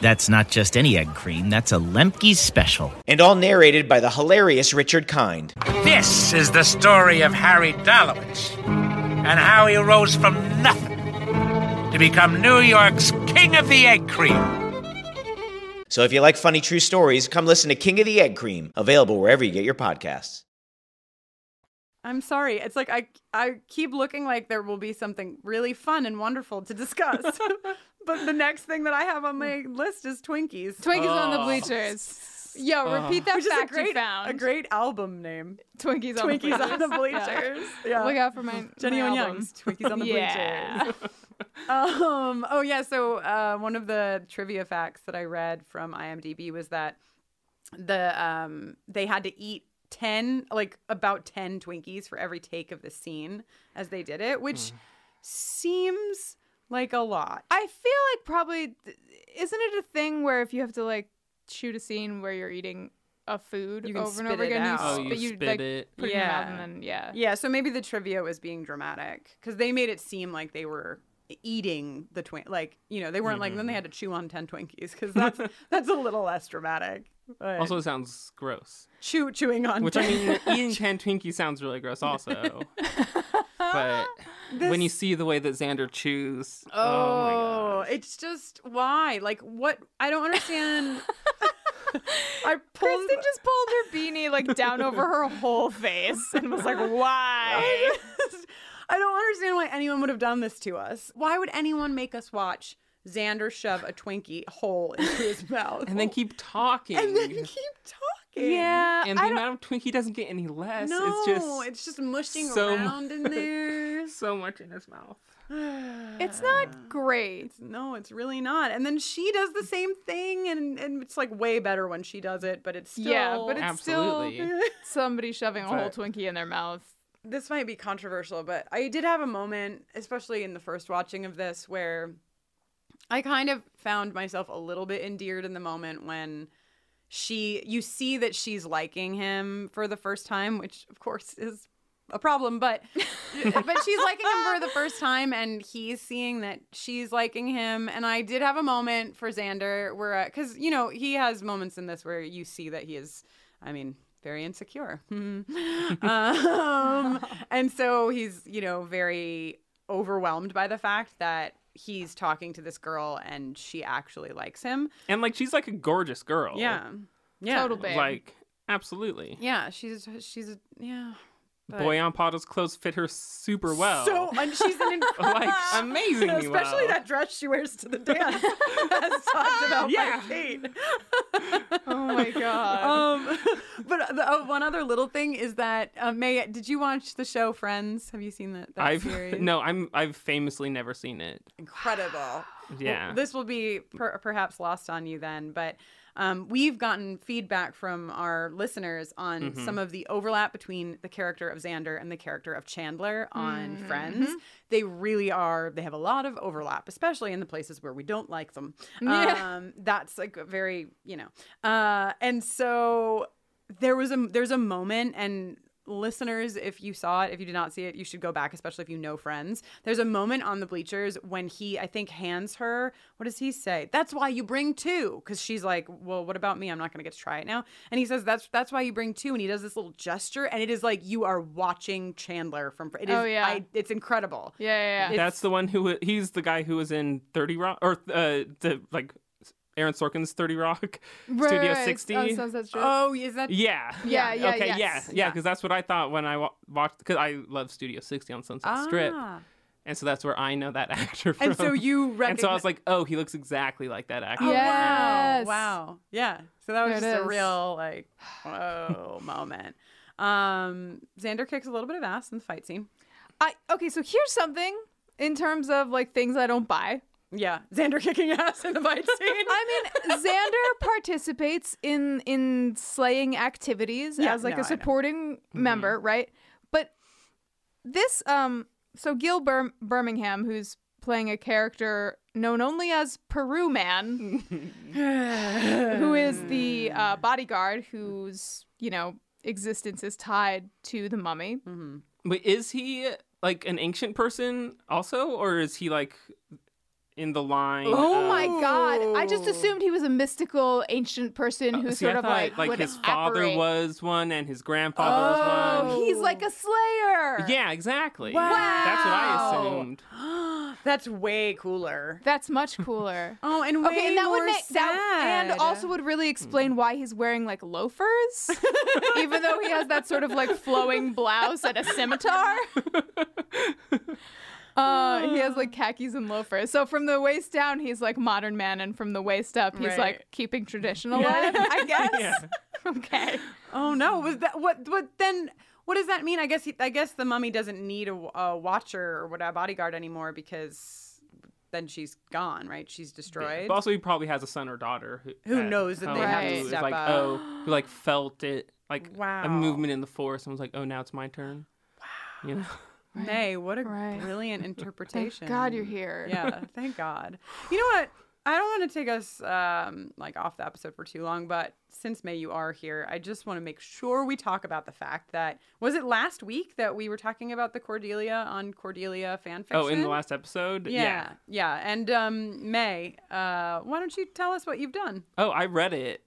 E: That's not just any egg cream, that's a Lemke's special.
F: and all narrated by the hilarious Richard Kind.
G: This is the story of Harry Dalowitz and how he rose from nothing to become New York's king of the egg cream.
F: So if you like funny true stories, come listen to King of the Egg Cream, available wherever you get your podcasts.
B: I'm sorry. It's like I I keep looking like there will be something really fun and wonderful to discuss. *laughs* but the next thing that I have on my list is Twinkies.
A: Twinkies on the bleachers. Yo, repeat that
B: Oh. which is a
A: fact you
B: great
A: found.
B: a great album name.
A: Twinkies on
B: Twinkies
A: the
B: on the
A: bleachers. Yeah.
B: bleachers. Yeah.
A: Look out for my
B: Jenny
A: my
B: on
A: albums.
B: Young's Twinkies *laughs* on the
A: Yeah.
B: bleachers. um, oh yeah, so uh, one of the trivia facts that I read from IMDb was that the um, they had to eat 10, like about 10 Twinkies for every take of the scene as they did it, which seems like a lot.
A: I feel like probably isn't it a thing where if you have to like shoot a scene where you're eating a food
B: You can
A: over and
B: spit
A: over
B: it
A: again,
B: out.
C: Oh, you
A: but you
C: spit
A: like
C: it.
A: put it in your mouth and then yeah.
B: Yeah, so maybe the trivia was being dramatic because they made it seem like they were eating the twin like you know they weren't like then they had to chew on 10 twinkies because that's that's a little less dramatic but
C: Also, sounds gross.
B: chew chewing on
C: Which I
B: 10 *laughs*
C: mean, eating ten Twinkies sounds really gross, also.
B: *laughs*
C: but when you see the way that Xander chews, *laughs* oh, my god.
B: Oh, it's just why? Like what? I don't understand. I pulled.
A: Kristen just pulled her beanie like down over her whole face and was
B: *laughs*
A: like, "Why?"
B: I don't understand why anyone would have done this to us. Why would anyone make us watch Xander shove a Twinkie hole into his mouth
C: And then keep talking.
B: and then keep talking?
A: yeah,
C: And the
A: I don't.
C: amount of Twinkie doesn't get any less.
B: No,
C: it's just
B: mushing
C: so
B: around in
C: *laughs*
B: there.
C: so much in his mouth.
A: It's not
B: *laughs*
A: great.
B: No, it's really not. And then she does the same thing, and, and it's like way better when she does it, but it's still.
A: yeah, but it's
C: Absolutely.
B: *laughs*
A: still somebody shoving a whole
C: But-
A: Twinkie in their mouth.
B: this might be controversial, but I did have a moment, especially in the first watching of this, where I kind of found myself a little bit endeared in the moment when she you see that she's liking him for the first time, which of course is a problem, but but she's liking him for the first time and he's seeing that she's liking him and I did have a moment for Xander where cuz you know, he has moments in this where you see that he is I mean, very insecure. *laughs* Hmm. um, and so he's, you know, very overwhelmed by the fact that he's talking to this girl and she actually likes him.
C: And like she's like a gorgeous girl.
B: Yeah. Yeah.
A: Total babe.
C: Like absolutely.
B: Yeah, she's she's a yeah. but-
C: Boy on Pottle's clothes fit her super well. *laughs*
B: So and she's an
C: like
B: *laughs*
C: amazingly
B: especially
C: well.
B: that dress she wears
A: *laughs*
B: to the dance. That's talked about
C: Yeah.
B: by Kate.
A: Oh my god. *laughs*
B: Um, but the, oh, one other little thing is that uh, May, did you watch the show Friends? Have you seen that, that
C: I've
B: series?
C: *laughs* no, I'm I've famously never seen it.
B: incredible.
C: Yeah.
B: Well, this will be per- perhaps lost on you then, but um, we've gotten feedback from our listeners on some of the overlap between the character of Xander and the character of Chandler on Friends. They really are, they have a lot of overlap, especially in the places where we don't like them.
A: Yeah.
B: Um, that's like a very, you know. Uh, and so there was a there's a moment and listeners if you saw it if you did not see it you should go back especially if you know friends there's a moment on the bleachers when he i think hands her what does he say that's why you bring two because she's like well what about me i'm not going to get to try it now and he says that's that's why you bring two and he does this little gesture and it is like you are watching chandler from Fr- it is
A: Oh, yeah.
B: I, it's incredible
A: Yeah, yeah, yeah.
C: That's the one who wa- he's the guy who was in Thirty Rock or uh, the like Aaron Sorkin's Thirty Rock *laughs*
A: Right,
C: Studio
A: right, right.
C: Sixty.
A: Oh, Sunset Strip.
B: oh is that
C: Yeah.
A: Yeah, yeah,
C: okay,
A: yes.
C: yeah, yeah, because that's what I thought when I wa- watched. Because I love Studio 60 on Sunset Strip,
B: Ah.
C: and so that's where I know that *laughs* actor from.
B: And so you
C: *laughs* and so I
B: recogni-
C: was like, oh, he looks exactly like that actor.
A: Yeah.
B: Oh, Wow.
A: Yes.
B: Wow. Yeah. So that was
A: There it
B: just a
A: is.
B: real like
A: *sighs*
B: whoa moment. Um Xander kicks a little bit of ass in the fight scene.
A: I okay. So here's something in terms of like things I don't buy.
B: Yeah. Xander *laughs* kicking ass in the fight scene.
A: *laughs* I
B: *laughs*
A: mean, Xander participates in in slaying activities
B: Yeah,
A: as like
B: no, I know. Mm-hmm.
A: a supporting member, right? But this, um, so Gil Bir- Birmingham, who's playing a character known only as Peru Man, who is the
B: *laughs*
A: uh, bodyguard whose you know existence is tied to the mummy.
C: But is he like an ancient person also, or is he like in the line?
A: Oh
C: of-
A: my god! I just assumed he was a mystical ancient person who
C: Uh, See,
A: sort
C: I
A: of
C: thought,
A: like would
C: his father
A: apparate.
C: was one and his grandfather was
A: Oh, he's like a slayer.
C: one. Yeah, exactly. That's what I
B: Wow.
C: assumed.
B: *gasps* That's way cooler.
A: That's much cooler.
B: *laughs* Oh, and way
A: Okay, and that
B: more
A: would make
B: sad.
A: that and *laughs* also would really explain why he's wearing like
C: *laughs*
A: loafers, even though he has that sort of like flowing blouse and a
C: *laughs*
A: scimitar. Uh, he has like khakis and loafers. So from the waist down, he's like modern man, and from the waist up, he's
B: Right.
A: like keeping traditional alive. I
C: *laughs*
A: guess. Okay.
B: Oh no, was that what what then what does that mean? I guess he, I guess the mummy doesn't need a, a watcher or what a bodyguard anymore because then she's gone, right? She's destroyed.
C: But also, he probably has a son or daughter who,
B: Who knows that they
A: have to
C: who is
B: step *gasps*
C: like,
B: up.
C: Oh, who like felt it like
B: Wow.
C: a movement in the forest and was like, oh, now it's my turn.
B: *laughs*
C: Wow. You know?
B: Nay, what a *laughs* brilliant interpretation.
A: God you're here.
B: Yeah, thank God. You know what? I don't want to take us um, like off the episode for too long, but since May you are here, I just want to make sure we talk about the fact that was it last week that we were talking about the Cordelia on Cordelia fanfiction?
C: Oh, in the last episode?
B: Yeah, yeah, And um, May, uh, why don't you tell us what you've done?
C: Oh, I read it.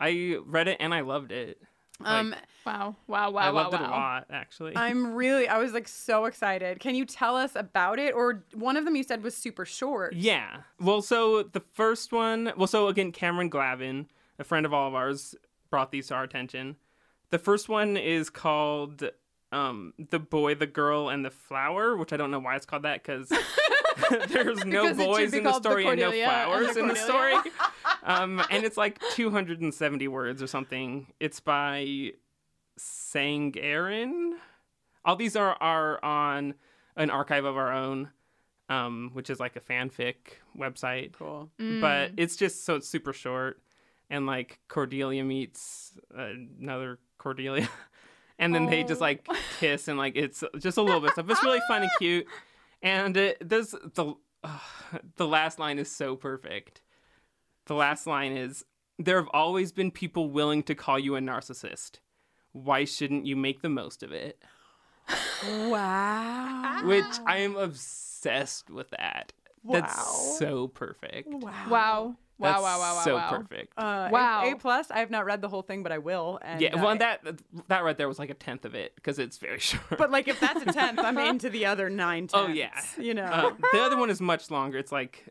C: I read it and I loved it.
B: Um,
A: wow, wow, wow,
C: I loved it a lot, actually.
B: I'm really, I was like so excited. Can you tell us about it? Or one of them you said was super short.
C: Yeah. Well, so the first one, well, so again, Cameron Glavin, a friend of all of ours, brought these to our attention. The first one is called um, The Boy, the Girl, and the Flower, which I don't know why it's called that because *laughs*
A: *laughs*
C: there's no
A: Because it should
C: boys
A: be
C: in the
A: called The
C: story and no
A: Cordelia and
C: flowers
A: The
C: in the story.
A: Cordelia. *laughs*
C: um, and it's like 270 words or something. It's by Sang Aaron. All these are, are on an archive of our own, um, which is like a fanfic website.
B: Cool.
C: But
B: Mm.
C: it's just so it's super short. And like Cordelia meets another Cordelia. *laughs* And then they just
B: Oh.
C: like kiss and like it's just a little bit of stuff. It's really fun and cute. And it, there's the the last line is so perfect. The last line is there have always been people willing to call you a narcissist. Why shouldn't you make the most of it?
A: Wow.
C: Which
B: *gasps*
C: I am obsessed with that.
B: Wow.
C: That's so perfect.
B: Wow.
A: Ah. Wow.
C: That's
A: wow, wow, wow, wow,
C: so
A: wow.
C: perfect.
B: Uh,
A: Wow.
B: A, a plus. I have not read the whole thing, but I will. And,
C: yeah,
B: uh,
C: well, that that right there was like a tenth of it because it's very *laughs* short.
B: But like, if that's a
A: *laughs*
B: tenth, I'm into the other nine tenths.
C: oh yeah,
B: You know.
C: Uh, the other one is much longer. It's like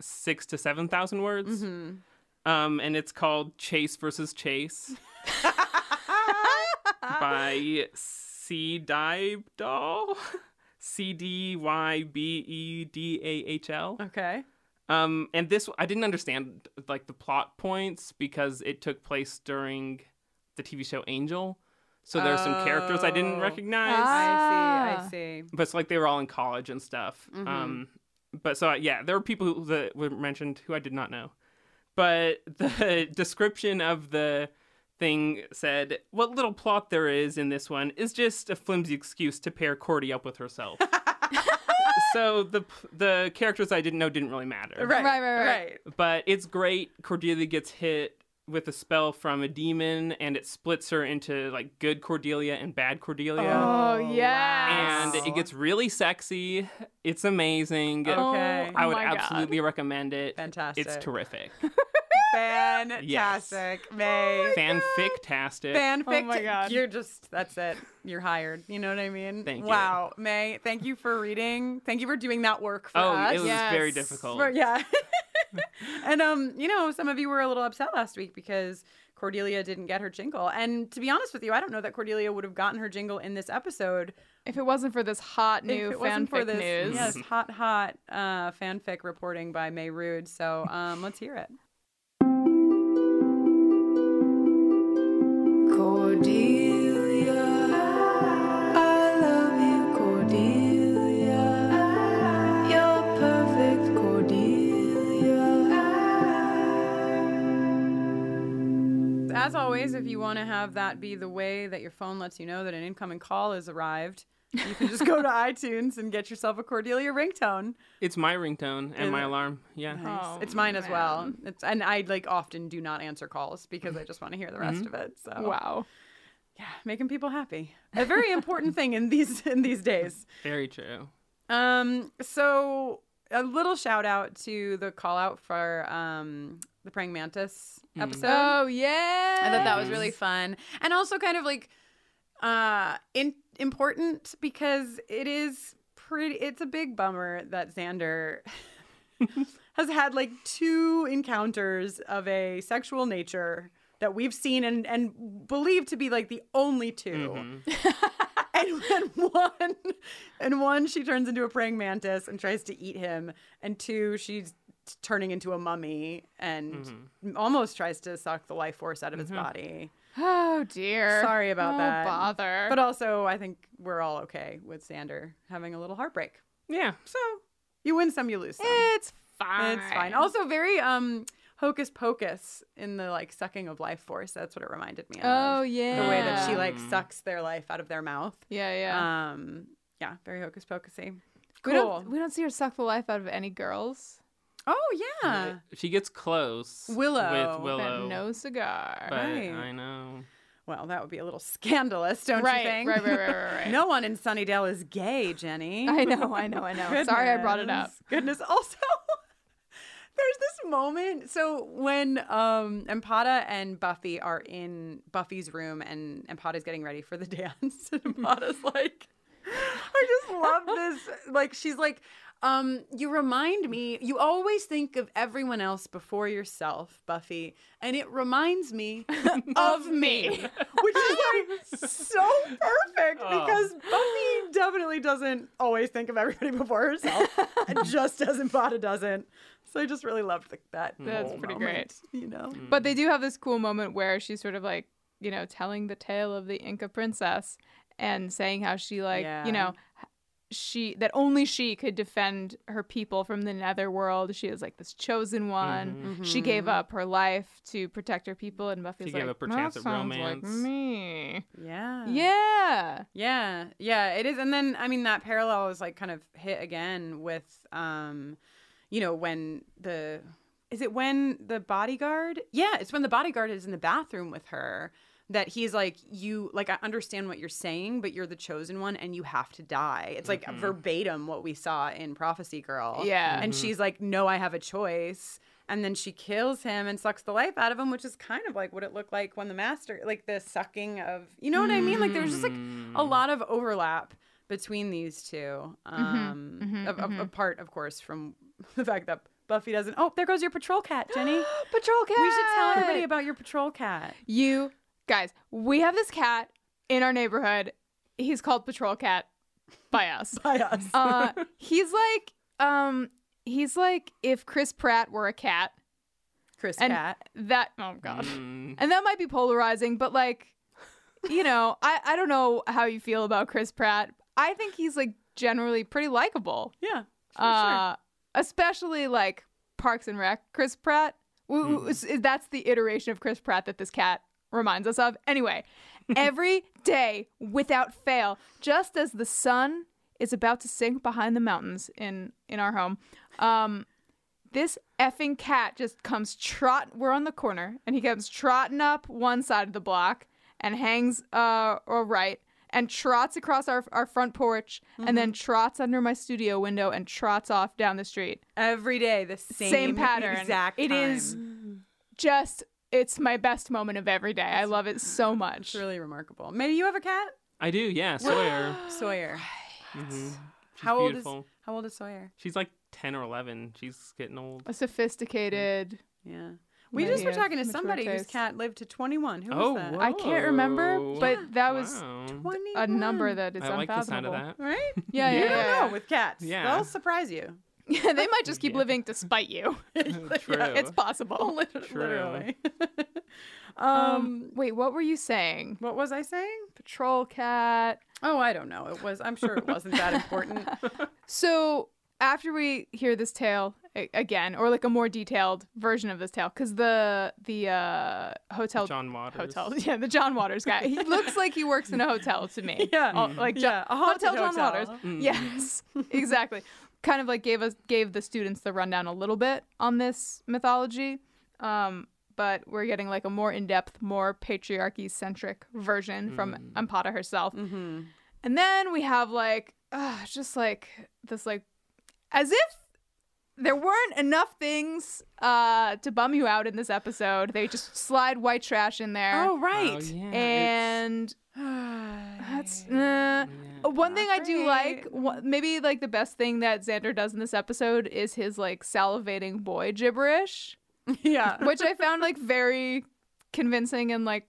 C: six to seven thousand words,
B: Mhm.
C: um, and it's called Chase
B: *laughs*
C: versus Chase by C Dive Doll, *laughs* C D Y B E D A H L.
B: Okay.
C: Um, and this I didn't understand like the plot points because it took place during the TV show Angel, so there's some characters I didn't
B: Oh.
C: recognize.
B: I see. I see.
C: But it's like they were all in college and stuff.
B: Mhm.
C: Um, but so yeah, there were people who, that were mentioned who I did not know. But *laughs* the description of the thing said, "What little plot there is in this one is just a flimsy excuse to pair Cordy up with herself." so the the characters I didn't know didn't really matter.
B: Right.
A: Right, right, right.
C: But it's great. Cordelia gets hit with a spell from a demon, and it splits her into like good Cordelia and bad Cordelia
A: Oh,
C: and
A: yes.
C: it gets really sexy. It's amazing.
B: Okay.
C: I would
A: my God.
C: absolutely recommend it.
B: Oh Fantastic.
C: It's
B: *laughs*
C: terrific.
B: Fantastic. May.
C: Fanfictastic.
A: Oh
B: Fanfic.
A: my God.
B: You're just, that's it. You're hired. You know what I mean?
C: Thank you.
B: Wow. May, thank you for reading. Thank you for doing that work for
C: oh,
B: us.
C: it was
A: Yes.
C: very difficult.
B: For- yeah. *laughs* and um, you know, some of you were a little upset last week because Cordelia didn't get her jingle. And to be honest with you, I don't know that Cordelia would have gotten her jingle in this episode
A: If it wasn't for this hot
B: if
A: new
B: it wasn't
A: fanfic
B: for this
A: news.
B: yes, hot hot uh, fanfic reporting by May Rude. So um, let's hear it.
A: Cordelia. I love you, Cordelia. You're perfect, Cordelia.
B: As always, if you want to have that be the way that your phone lets you know that an incoming call has arrived, you can
A: *laughs*
B: just go to iTunes and get yourself a Cordelia ringtone.
C: It's my ringtone and my alarm. Yeah.
B: Nice.
A: Oh,
B: it's mine as well. It's and I like often do not answer calls because I just want to hear the rest of it. So
A: Mm-hmm.
C: Mm-hmm.
A: Wow.
B: yeah, making people happy. A very important thing in these in these days.
C: Very true.
B: Um, so a little shout out to the call out for um the praying mantis episode.
A: Oh, yeah.
B: I thought that was really fun. And also kind of like uh in- important because it is pretty it's a big bummer that Xander *laughs* has had like two encounters of a sexual nature that we've seen and and believe to be like the only 2 and *laughs* when one and one she turns into a praying mantis and tries to eat him and two she's turning into a mummy and
A: Mm-hmm.
B: almost tries to suck the life force out of his body
A: Oh, dear.
B: sorry about
A: oh,
B: that
A: bother.
B: but also i think we're all okay with sander having a little heartbreak
C: Yeah.
A: Eh,
B: so you win some you lose some
A: it's fine.
B: it's fine also very um hocus pocus in the like sucking of life force. That's what it reminded me of.
A: Oh,
B: The way that she
A: yeah.
B: like sucks their life out of their mouth.
A: Yeah, yeah.
B: Um yeah, very hocus pocusy.
A: We
B: Cool.
A: don't we don't see her suck the life out of any girls.
B: Oh yeah.
C: She gets close.
B: Willow.
C: With Willow.
A: But no cigar.
C: but I know.
B: Well, that would be a little *laughs* scandalous, don't
A: Right,
B: you think?
A: right, right, right, right, right.
B: *laughs* no one in Sunnydale is gay,
A: *laughs* *laughs*
B: Jenny.
A: I know, I know, I
B: *laughs*
A: know. Sorry I brought it up.
B: Goodness. *laughs* Also, there's this moment. So when um Empada and Buffy are in Buffy's room and Empada's getting ready for the *laughs* dance, and Empada's like, I just love this. Like she's like, um, you remind me, you always think of everyone else before yourself, Buffy, and it reminds me of me. Which is like so perfect because Buffy definitely doesn't always think of everybody before herself, just as Impada doesn't. So I just really loved the, that.
A: That's
B: whole
A: pretty Mm.
B: moment, You know?
A: But they do have this cool moment where she's sort of like, you know, telling the tale of the Inca princess and saying how she like,
B: Yeah.
A: you know, she that only she could defend her people from the netherworld. She is like this chosen one.
B: Mm-hmm.
A: She gave up her life to protect her people, and Buffy's
C: Mm-hmm. She
A: like,
C: gave up her
A: "That
C: chance at
A: sounds
C: romance.
A: like me.
B: Yeah.
A: Yeah.
B: Yeah, yeah, it is. And then I mean that parallel is like kind of hit again with um you know when the is it when the bodyguard? Yeah, it's when the bodyguard is in the bathroom with her that he's like you like I understand what you're saying, but you're the chosen one and you have to die. It's like verbatim what we saw in Prophecy Girl.
A: Yeah.
C: Mm-hmm.
B: And she's like no, I have a choice. And then she kills him and sucks the life out of him, which is kind of like what it looked like when the master, like the sucking of, you know what I mean? Like there's just like a
C: Mm.
B: lot of overlap between these two. Um, a- a- Apart, of course, from *laughs* the fact that Buffy doesn't. Oh, there goes your patrol cat, *gasps* Jenny.
A: Patrol cat.
B: we should tell everybody about your patrol cat.
A: you guys. We have this cat in our neighborhood. He's called Patrol Cat by us.
B: By us.
A: uh, he's like um he's like if Chris Pratt were a cat
B: Chris
A: and
B: Cat.
A: that oh god and that might be polarizing but like you know I I don't know how you feel about Chris Pratt I think he's like generally pretty likable
B: Yeah. For sure.
A: uh especially like Parks and Rec Chris Pratt W- w-
B: Mm-hmm.
A: s- that's the iteration of Chris Pratt that this cat reminds us of
B: *laughs*
A: anyway every day without fail just as the sun is about to sink behind the mountains in in our home um this effing cat just comes trot we're on the corner and he comes trotting up one side of the block and hangs uh or right and trots across our, our front porch and
B: Mm-hmm.
A: then trots under my studio window and trots off down the street
B: Every day, the same,
A: pattern.
B: Exact.
A: It is-
B: time.
A: just it's my best moment of every day i love it so *sighs* much
B: It's really remarkable. Maybe you have a *gasps* cat,
C: I do, yeah. Sawyer.
B: *gasps* Sawyer.
C: Mhm. She's
B: How old is
C: beautiful.
B: How old is Sawyer?
C: She's like 10 or 11. She's getting old.
A: a sophisticated
B: Yeah. We
A: Maybe
B: just were
A: of
B: talking to
A: mature
B: somebody whose
A: taste.
B: cat lived to 21. Who
C: oh,
B: was that?
A: I can't remember,
C: whoa.
A: but that was
C: Wow.
B: 21.
A: a number that is
C: I like the sound
A: unfathomable
C: of that.
A: *laughs*
B: Right?
A: yeah yeah,
B: You
A: yeah,
B: don't
A: yeah.
B: know with cats.
C: Yeah.
B: They'll surprise you.
A: Yeah, *laughs* they might just keep living to spite *laughs* you
C: True.
A: it's *laughs* possible
C: True.
B: Literally.
A: um wait what were you saying
B: What was I saying?
A: patrol cat.
B: Oh, I don't know. It was. I'm sure it wasn't
A: *laughs*
B: that important. *laughs* Oh,
A: So after we hear this tale a- again, or like a more detailed version of this tale, because the the uh, hotel
C: John Waters.
A: hotel, *laughs* yeah, the John Waters guy,
B: *laughs*
A: he looks like he works in a hotel to me.
B: Yeah. Mm.
A: Oh, like Jo-
B: Yeah, a haunted
A: hotel John
B: hotel. Mm.
A: Waters. Yes, *laughs* exactly. Kind of like gave us gave the students the rundown a little bit on this mythology. Um, but we're getting like a more in-depth, more patriarchy-centric version from
B: Mm.
A: Ampada herself.
B: Mm-hmm.
A: And then we have like uh, just like this like as if there weren't enough things uh, to bum you out in this episode. They just slide white trash in there.
B: oh,
C: Oh,
B: right.
C: yeah,
A: and
C: it's-
A: that's
B: *sighs*
A: uh, one thing I do like. wha- Maybe like the best thing that Xander does in this episode is his like salivating boy gibberish, *laughs*
B: Yeah.
A: which I found like very convincing and like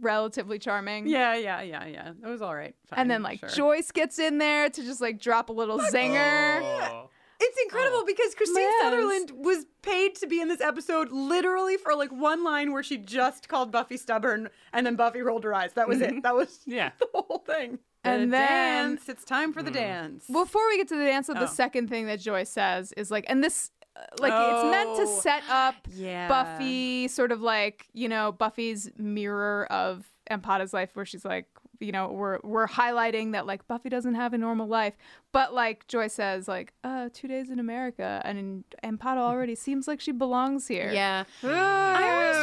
A: relatively charming.
B: Yeah, yeah, yeah, yeah. It was all right. Fine,
A: And then like
B: sure.
A: Joyce gets in there to just like drop a little zinger.
C: Oh.
B: It's incredible because Christine
A: Yes.
B: Sutherland was paid to be in this episode literally for like one line where she just called Buffy stubborn and then Buffy rolled her eyes. That
A: *laughs*
B: was it. That was
C: *laughs* Yeah.
B: the whole thing.
A: And
B: The
A: then-
C: Mm.
B: dance. it's time for the dance.
A: Before we get to the dance, though,
B: Oh.
A: the second thing that Joy says is like, and this uh, like it's meant to
B: Oh,
A: set up
B: yeah.
A: Buffy, sort of like you know Buffy's mirror of Empata's life, where she's like, you know, we're we're highlighting that like Buffy doesn't have a normal life, but like Joy says, like uh, two days in America, and Empata already seems like she belongs here.
B: Mm-hmm. Yeah. I always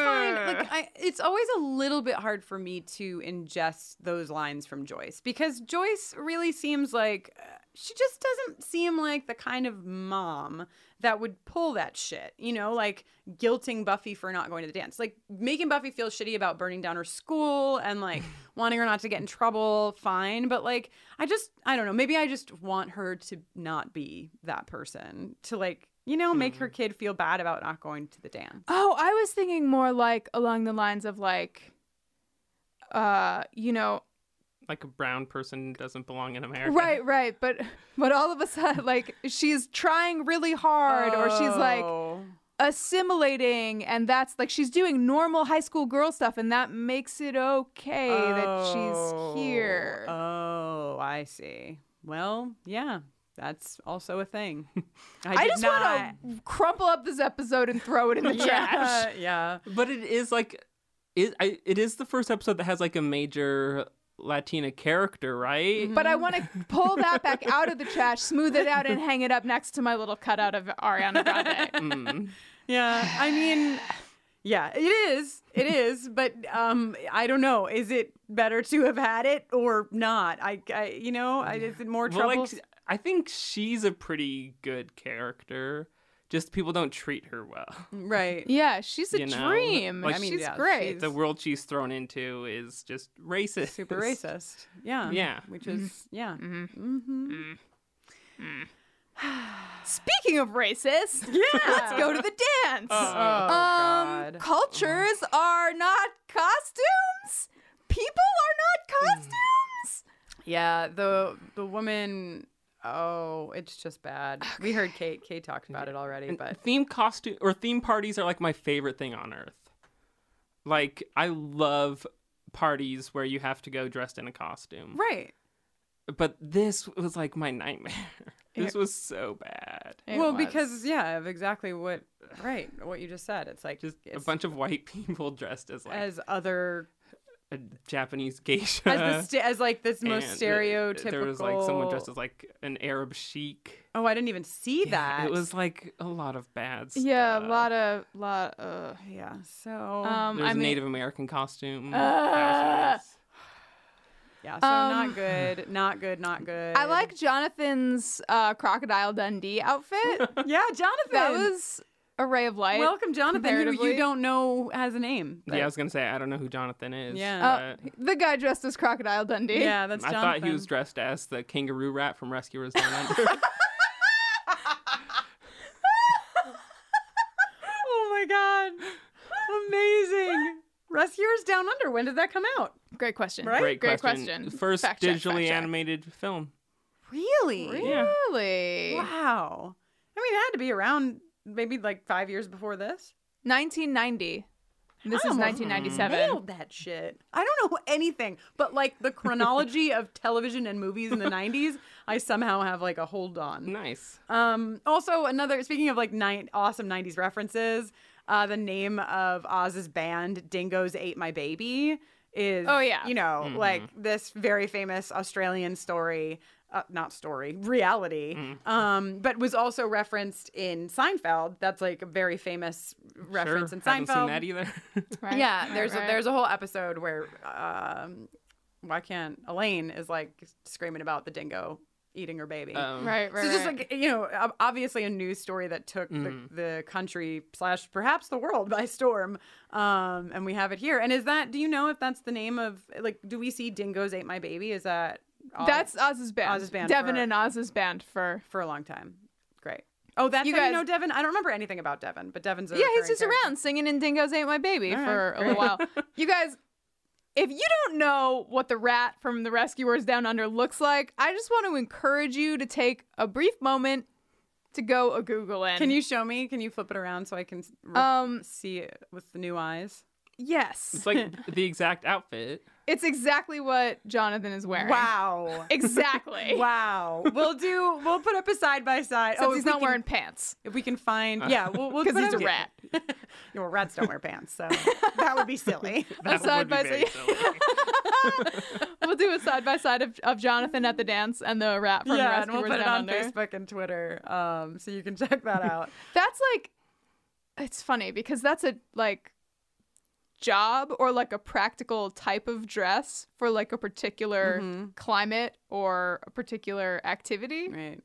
B: find like I, it's always a little bit hard for me to ingest those lines from Joyce because Joyce really seems like uh, she just doesn't seem like the kind of mom that would pull that shit. You know, like guilting Buffy for not going to the dance, like making Buffy feel shitty about burning down her school and like wanting her not to get in trouble. Fine, but like I just I don't know. Maybe I just want her to not be that person to like. You know, make her kid feel bad about not going to the dance.
A: Oh, I was thinking more like along the lines of like, uh, you know,
C: Like a brown person doesn't belong in America.
A: right, right, but but all of a sudden, like she's trying really hard, or she's like
B: Oh.
A: assimilating, and that's like she's doing normal high school girl stuff, and that makes it okay that she's here.
B: Oh, I see. Well, yeah, that's also a thing. *laughs* I,
A: I,
B: did
A: just
B: not...
A: want to crumple up this episode and throw it
B: *laughs*
A: in the trash.
B: Yeah, yeah.
C: But it is like, it, I, it is the first episode that has like a major Latina character, right?
A: But I want to pull that back out of the trash, smooth it out, and hang it up next to my little cutout of Ariana Grande.
C: Mm. Hmm.
B: Yeah, I mean, yeah, it is. It is, but um, I don't know. Is it better to have had it or not? I, I you know, I, is it more
C: Well,
B: trouble?
C: like, I think she's a pretty good character. Just people don't treat her well.
B: right.
C: *laughs*
A: Yeah, she's a
C: you know?
A: dream.
C: Like,
B: I mean,
A: she's
B: yeah,
A: great.
C: The world she's thrown into is just racist.
B: Super racist. Yeah.
C: Yeah.
B: Which is yeah.
A: Speaking of racist, let's go to the dance.
C: Oh,
A: um,
B: Oh, God.
A: cultures
C: Uh-huh.
A: are not costumes. People are
C: Hmm.
A: not costumes.
B: Yeah, the the woman. Oh, it's just bad. We heard Kate. Kate talked about it already, but
C: theme costume or theme parties are like my favorite thing on earth. Like I love parties where you have to go dressed in a costume.
B: right.
C: But this was like my nightmare. *laughs* this was so bad.
B: well, because yeah, of exactly what right what you just said. It's like
C: Just a
B: it's
C: bunch of white people *laughs* dressed as like
B: as other
C: a Japanese geisha.
B: as
C: *laughs*
B: the st- as like this most
C: and there-
B: stereotypical.
C: There was like someone dressed as like an Arab sheik.
B: Oh, I didn't even see that.
C: It was like a lot of bad stuff.
A: Yeah, a lot of lot. Uh,
B: yeah. So
A: um,
C: There's
A: I
C: a
A: mean, Ah!
C: Native American costume. That was nice.
B: yeah, so not good, not good, not good.
A: I like Jonathan's uh, crocodile Dundee
C: *laughs*
A: outfit.
B: Yeah, Jonathan.
A: that was a ray of light.
B: welcome, Jonathan, who you
A: comparatively.
B: don't know has a name. but-
C: yeah, I was gonna say I don't know who Jonathan is.
B: Yeah.
C: but
A: The guy dressed as crocodile Dundee.
B: yeah, that's
C: I
B: Jonathan.
C: thought he was dressed as the kangaroo rat from Rescuers
A: *laughs*
C: Down Under.
B: Oh my god. Amazing. Rescuers Down Under. When did that come out?
A: Great question.
B: Right?
C: Great,
A: Great
C: question.
A: question.
C: First
A: Fact check,
C: digitally
A: fact check.
C: animated film.
B: Really?
C: Yeah.
A: Really?
B: Wow. I mean, it had to be around maybe like five years before this.
A: 1990. This is 1997.
B: Nailed that shit. I don't know anything, but like the chronology of television and movies in *laughs* the 90s, I somehow have like a hold on.
C: Nice.
A: Uh,
B: Um, also, another, speaking of like nine, awesome 90s references, uh, the name of Oz's band, Dingoes Ate My Baby, is,
A: Oh, yeah.
B: you know,
C: Mm-hmm.
B: like this very famous Australian story. Uh, not story, reality,
C: Mm.
B: um, but was also referenced in Seinfeld. That's like a very famous reference
C: sure.
B: in Seinfeld.
C: Haven't seen that e- either.
A: *laughs*
C: *laughs*
A: Right,
B: Yeah,
A: right,
B: there's
A: right.
B: A, there's a whole episode where um, why can't Elaine is like screaming about the dingo eating her baby.
C: Um,
A: right, right.
B: so just
A: right. Mm.
B: like you know, ob- obviously a news story that took the, the country slash perhaps the world *laughs* by storm, um, and we have it here. And is that? Do you know if that's the name of like? Do we see dingoes ate my baby? Is that all-
A: that's Oz's band.
B: Oz's band
A: Devin
B: for-
A: and Oz's band for.
B: for a long time? Great. Oh, that's
A: You
B: how you
A: guys-
B: know Devin. I don't remember anything about Devin, but Devin's a
A: Yeah, he's
B: recurring
A: just
B: character.
A: around singing in Dingoes Ain't My Baby
B: right,
A: for a little
B: *laughs*
A: while. You guys, if you don't know what the rat from The Rescuers Down Under looks like, I just want to encourage you to take a brief moment to go a Google in.
B: Can you show me? Can you flip it around so I can s- re-
A: Um,
B: see it with the new eyes?
A: Yes.
C: It's like
A: *laughs*
C: the exact outfit.
A: It's exactly what Jonathan is wearing. *laughs*
B: Wow.
A: Exactly.
B: *laughs* wow. Oh, We'll do. We'll put up a side by side.
A: Since he's not wearing pants.
B: If we can
A: *laughs*
B: find, yeah, we'll we'll.
A: 'Cause
B: put
A: he's
B: up-
A: a rat.
B: Your rats don't wear
A: *laughs*
B: pants, so that would be silly.
A: A side by side. *laughs* we'll do a side by side of of Jonathan at the dance and the rat *laughs* from
B: yeah,
A: Rescuers
B: and we'll put it
A: Down
B: on
A: Under.
B: Facebook and Twitter, um, so you can *laughs* check that out.
A: That's like, it's funny because that's a like job or like a practical type of dress for like a particular climate or a particular activity.
B: Right.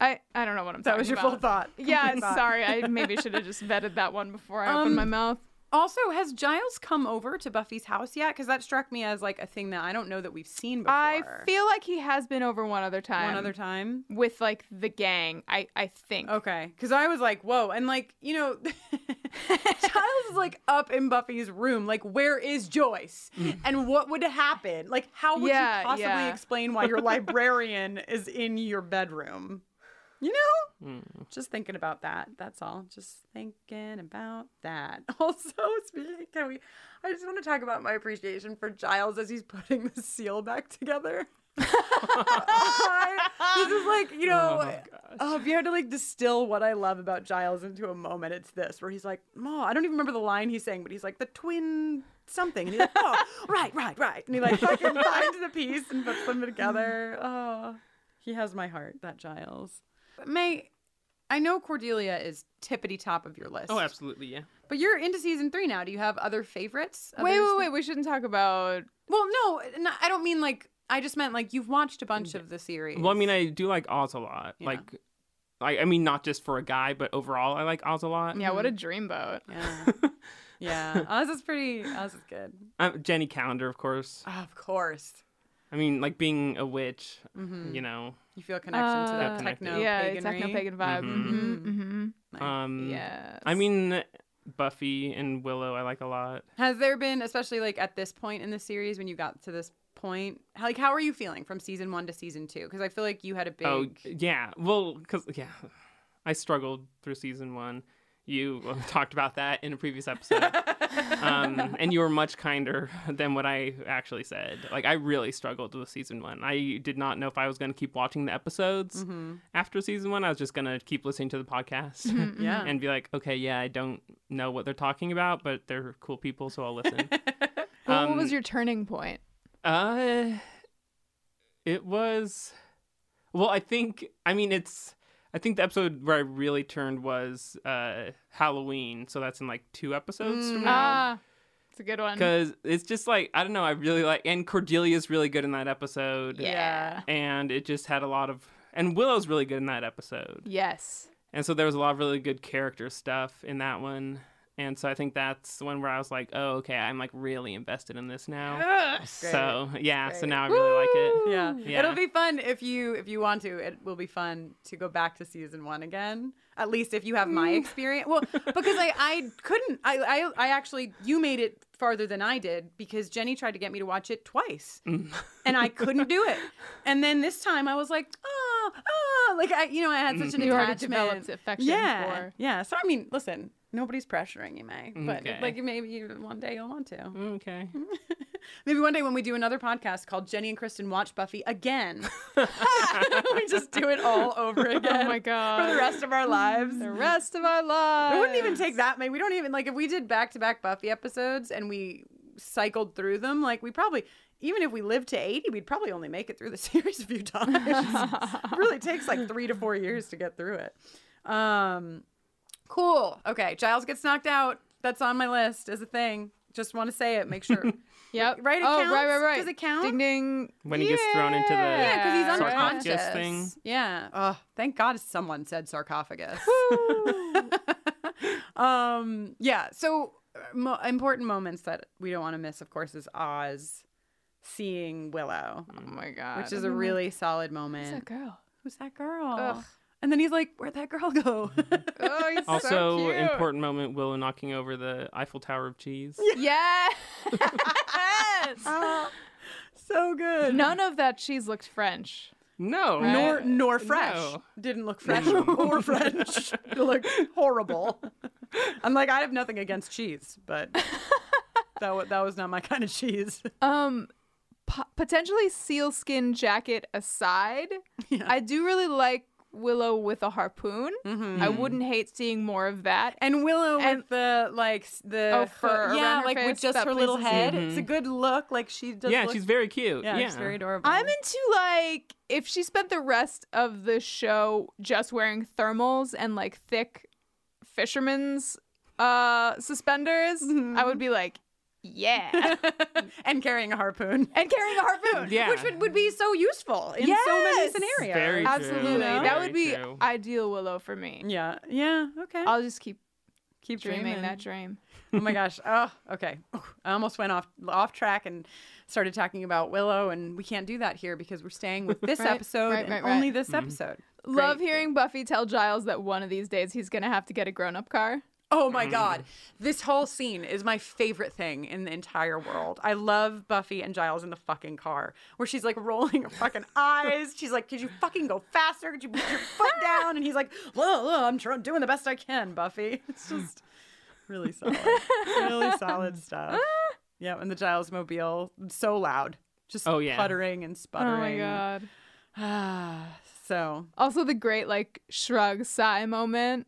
A: I I don't know what I'm
B: That
A: talking
B: was your full
A: about.
B: thought.
A: *laughs* Yeah,
B: Complete
A: I'm
B: thought.
A: sorry. *laughs* I maybe should have just vetted that one before I opened
B: Um,
A: my mouth.
B: Also, has Giles come over to Buffy's house yet? Because that struck me as like a thing that I don't know that we've seen before.
A: I feel like he has been over one other time.
B: one other time.
A: with like the gang. I I think.
B: Okay, because I was like, whoa, and like you know, *laughs* Giles is like up in Buffy's room. Like, where is Joyce? And what would happen? Like, how would
A: Yeah,
B: you possibly
A: yeah.
B: explain why your librarian *laughs* is in your bedroom? You know, just thinking about that. That's all. Just thinking about that. *laughs* Also, speaking, can we? I just want to talk about my appreciation for Giles as he's putting the seal back together. *laughs* this is like you know, Oh, if you had to like distill what I love about Giles into a moment, it's this where he's like, Oh, I don't even remember the line he's saying, but he's like the twin something. And he's like, Oh, *laughs* right, right, right. And he like
C: *laughs*
B: fucking finds the piece and puts them together. Oh, he has my heart, that Giles. May, I know Cordelia is tippity top of your list.
C: Oh, absolutely, yeah.
B: But you're into season three now. Do you have other favorites?
A: Wait,
B: Others
A: wait,
B: that-
A: wait. We shouldn't talk about.
B: Well, no, no, I don't mean like, I just meant like you've watched a bunch of the series.
C: Well, I mean, I do like Oz a lot. Like, like I mean, not just for a guy, but overall, I like Oz a lot.
A: Yeah, what a dreamboat.
B: Yeah. *laughs* yeah. Oz is pretty, Oz is good.
C: Um, Jenny Calendar, of course.
B: Of course.
C: I mean, like being a witch,
A: Mm.
B: Mhm.
C: you know.
B: You feel a connection to
A: Uh,
B: that
C: Connected.
B: techno
A: yeah,
B: paganry.
A: techno pagan vibe.
C: Mhm.
A: Mm-hmm. Mm-hmm.
C: Um,
A: Yes.
C: I mean, Buffy and Willow, I like a lot.
B: Has there been, especially like at this point in the series, when you got to this point, how- like how are you feeling from season one to season two? Because I feel like you had a big.
C: Oh, yeah. Well, because yeah, I struggled through season one. You uh, *laughs* talked about that in a previous episode, um, and you were much kinder than what I actually said. Like I really struggled with season one. I did not know if I was going to keep watching the episodes after season one. I was just going to keep listening to the podcast
B: Yeah.
C: *laughs* and be like, okay, yeah, I don't know what they're talking about, but they're cool people, so I'll listen. um,
A: Well, what was your turning point?
C: Uh, it was. Well, I think. I mean, it's. I think the episode where I really turned was uh, Halloween. So that's in like two episodes from now.
A: Ah, it's a good one.
C: Because it's just like I don't know. I really like, and Cordelia's really good in that episode.
A: Yeah.
C: And it just had a lot of, and Willow's really good in that episode.
A: Yes.
C: And so there was a lot of really good character stuff in that one. And so I think that's the one where I was like, oh, okay, I'm like really invested in this now. So yeah, so now I really like it.
B: Yeah.
C: Yeah.
B: it'll be fun if you if you want to. It will be fun to go back to season one again. At least if you have my experience. Well, because I I couldn't. I I, I actually you made it farther than I did because Jenny tried to get me to watch it twice,
A: Mm.
B: and I couldn't do
A: *laughs*
B: it. And then this time I was like, oh, oh, like I you know I had such an
A: Mm-hmm. You already
B: attachment.
A: developed affection
B: yeah,
A: for-
B: yeah. So I mean, listen. Nobody's pressuring you, May, but
C: Okay.
B: like maybe you- one day you'll want to.
C: Okay.
B: Maybe one day when we do another podcast called Jenny and Kristen Watch Buffy Again,
A: *laughs*
B: *laughs* we just do it all over again.
A: Oh my
B: For
A: god.
B: the rest of our lives.
A: The rest of our lives.
B: It wouldn't even take that many. We don't even, like, if we did back to back Buffy episodes and we cycled through them, like, we probably, even if we lived to 80, we'd probably only make it through the *laughs* series a few times. it really takes like three to four years to get through it. Um, cool. Okay. Giles gets knocked out. That's on my list as a thing. Just want to say it. Make sure.
A: Yep.
B: Right, it
A: oh,
B: counts?
A: right, right, right.
B: Does it count?
A: Ding, ding.
C: When he gets thrown into the-
A: Yeah,
C: Yeah,
B: Yeah, because he's
C: Uh, Sarcophagus
B: unconscious.
C: thing.
B: Yeah. Oh, thank God someone said sarcophagus. *laughs* um. Yeah. So uh, mo- important moments that we don't want to miss, of course, is Oz seeing Willow,
A: Oh my god.
B: which is a really solid moment.
A: Who's that girl?
B: Who's that girl?
A: Ugh.
B: And then he's like, "Where'd that girl go?" *laughs*
A: Oh, he's
C: Also,
A: so cute.
C: important moment Willow knocking over the Eiffel Tower of Cheese.
A: *laughs* Yes. Um,
B: so good.
A: None of that cheese looked French.
C: No.
A: Right.
B: nor nor fresh.
C: No.
B: Didn't look fresh or
C: *laughs* *laughs*
B: French. It looked horrible. I'm like, I have nothing against cheese, but that wa- that was not my kind of cheese.
A: Um, po- potentially sealskin jacket *laughs* aside, I do really like Willow with a harpoon.
C: Mm-hmm.
B: Mm.
A: I wouldn't hate seeing more of that.
B: Mm-hmm. And Willow with the like s- the
A: Oh, fur around
B: yeah,
A: her
B: like with
A: face,
B: just
A: that
B: her little
A: pleases you.
B: head.
A: Mhm.
B: It's a good look. Like she does.
C: yeah,
B: look-
C: she's very cute.
B: Yeah,
C: Yeah,
B: she's very adorable.
A: I'm into like if she spent the rest of the show just wearing thermals and like thick fisherman's uh suspenders, I would be like, yeah,
B: and carrying a harpoon.
A: and carrying a
B: *laughs*
A: harpoon.
C: Yeah.
B: which would, would be so useful in so many
A: Yes!
B: scenarios.
C: Very true,
A: Absolutely,
C: very
A: that would be
C: true.
A: ideal Willow for me.
B: Yeah, yeah, okay.
A: I'll just keep
B: Keep
A: dreaming,
B: dreaming.
A: that dream.
B: oh my gosh. Oh, okay. I almost went off off track and started talking about Willow, and we can't do that here because we're staying with this
A: Right,
B: episode
A: right,
B: and
A: right, right.
B: only this episode.
A: Love hearing Buffy tell Giles that one of these days he's gonna have to get a grown-up car.
B: Oh my god. This whole scene is my favorite thing in the entire world. I love Buffy and Giles in the fucking car where she's like *laughs* rolling her fucking eyes. She's like, "Could you fucking go faster? Could you put your foot down?" And he's like, "Look, look, I'm trying, doing the best I can, Buffy." *laughs* It's just really solid. really solid stuff. Yeah, and the Giles mobile so loud. Just
C: Oh, yeah.
B: puttering and sputtering.
A: Oh my god.
B: *sighs* So,
A: Also the great like shrug sigh moment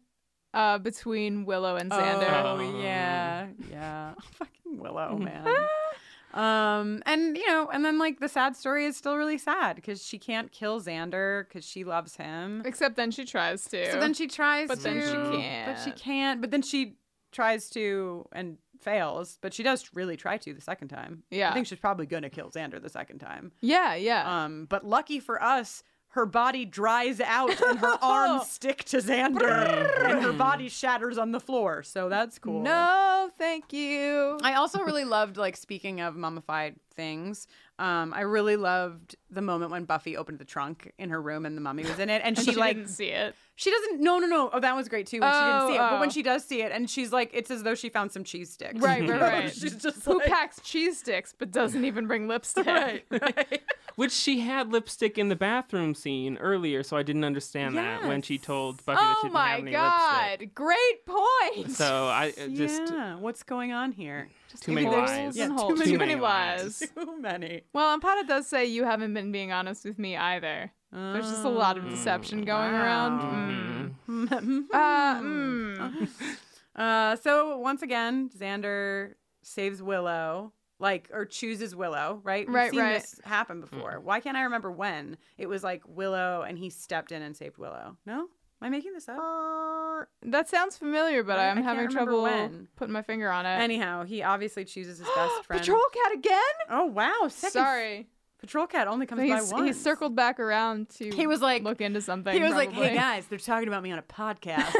A: uh between Willow and Xander.
B: Oh yeah, yeah. *laughs* Fucking Willow, man. *laughs* um, and you know, and then like the sad story is still really sad because she can't kill Xander because she loves him.
A: Except then she tries to.
B: So then she tries,
A: But then she
B: to, But she
A: can't.
B: can't. But then she tries to and fails. But she does really try to the second time.
A: Yeah.
B: I think she's probably gonna kill Xander the second time.
A: Yeah, yeah.
B: Um, but lucky for us, her body dries out
A: *laughs*
B: and her arms stick to Xander, and her *laughs* body shatters on the floor. So that's cool.
A: no, thank you.
B: I also really loved, like, speaking of mummified things, um, I really loved the moment when Buffy opened the trunk in her room and the mummy was
A: *laughs*
B: in it. And she,
A: she
B: like,
A: didn't see it.
B: she doesn't, no, no, no. Oh, that was great too when she didn't
A: Oh,
B: see it. But when
A: oh.
B: she does see it, and she's like, it's as though she found some cheese sticks. *laughs*
A: Right, right, right.
B: she's just
A: Who
B: like,
A: packs cheese sticks but doesn't even bring lipstick?
B: *laughs* right, right.
C: Which she had lipstick in the bathroom scene earlier, so I didn't understand that when she told Buffy that
A: Oh
C: she didn't have
A: my
C: any
A: god.
C: lipstick.
A: Great
B: Oh
A: point.
C: So I it just
B: yeah, what's going on here?
C: too many
A: There's
C: lies.
A: yeah,
B: too
A: too,
B: many
A: many,
C: lies.
A: lies.
B: *laughs* Too many.
A: Well, Ampada does say you haven't been being honest with me either. There's just a lot
C: Mm.
A: of deception going
C: mm-hmm.
A: around. Mm.
B: Mm-hmm.
A: uh,
B: Uh-huh.
A: mm.
B: Uh, so once again, Xander saves Willow, like or chooses Willow, right? We've
A: Right,
B: seen
A: right.
B: This happen before. Why can't I remember when it was like Willow and he stepped in and saved Willow? No, am I making this up?
A: That sounds familiar, but
B: I- I
A: I'm
B: can't
A: having
B: remember
A: trouble
B: when.
A: putting my finger on it. *gasps*
B: Anyhow, he obviously chooses his best friend.
A: Patrol cat again?
B: Oh wow! Second
A: Sorry.
B: Patrol cat only comes by
A: He's,
B: once.
A: he circled back around to
B: He was like-
A: look into something.
B: He was like,
A: probably.
B: "Hey guys, they're talking about me on a podcast."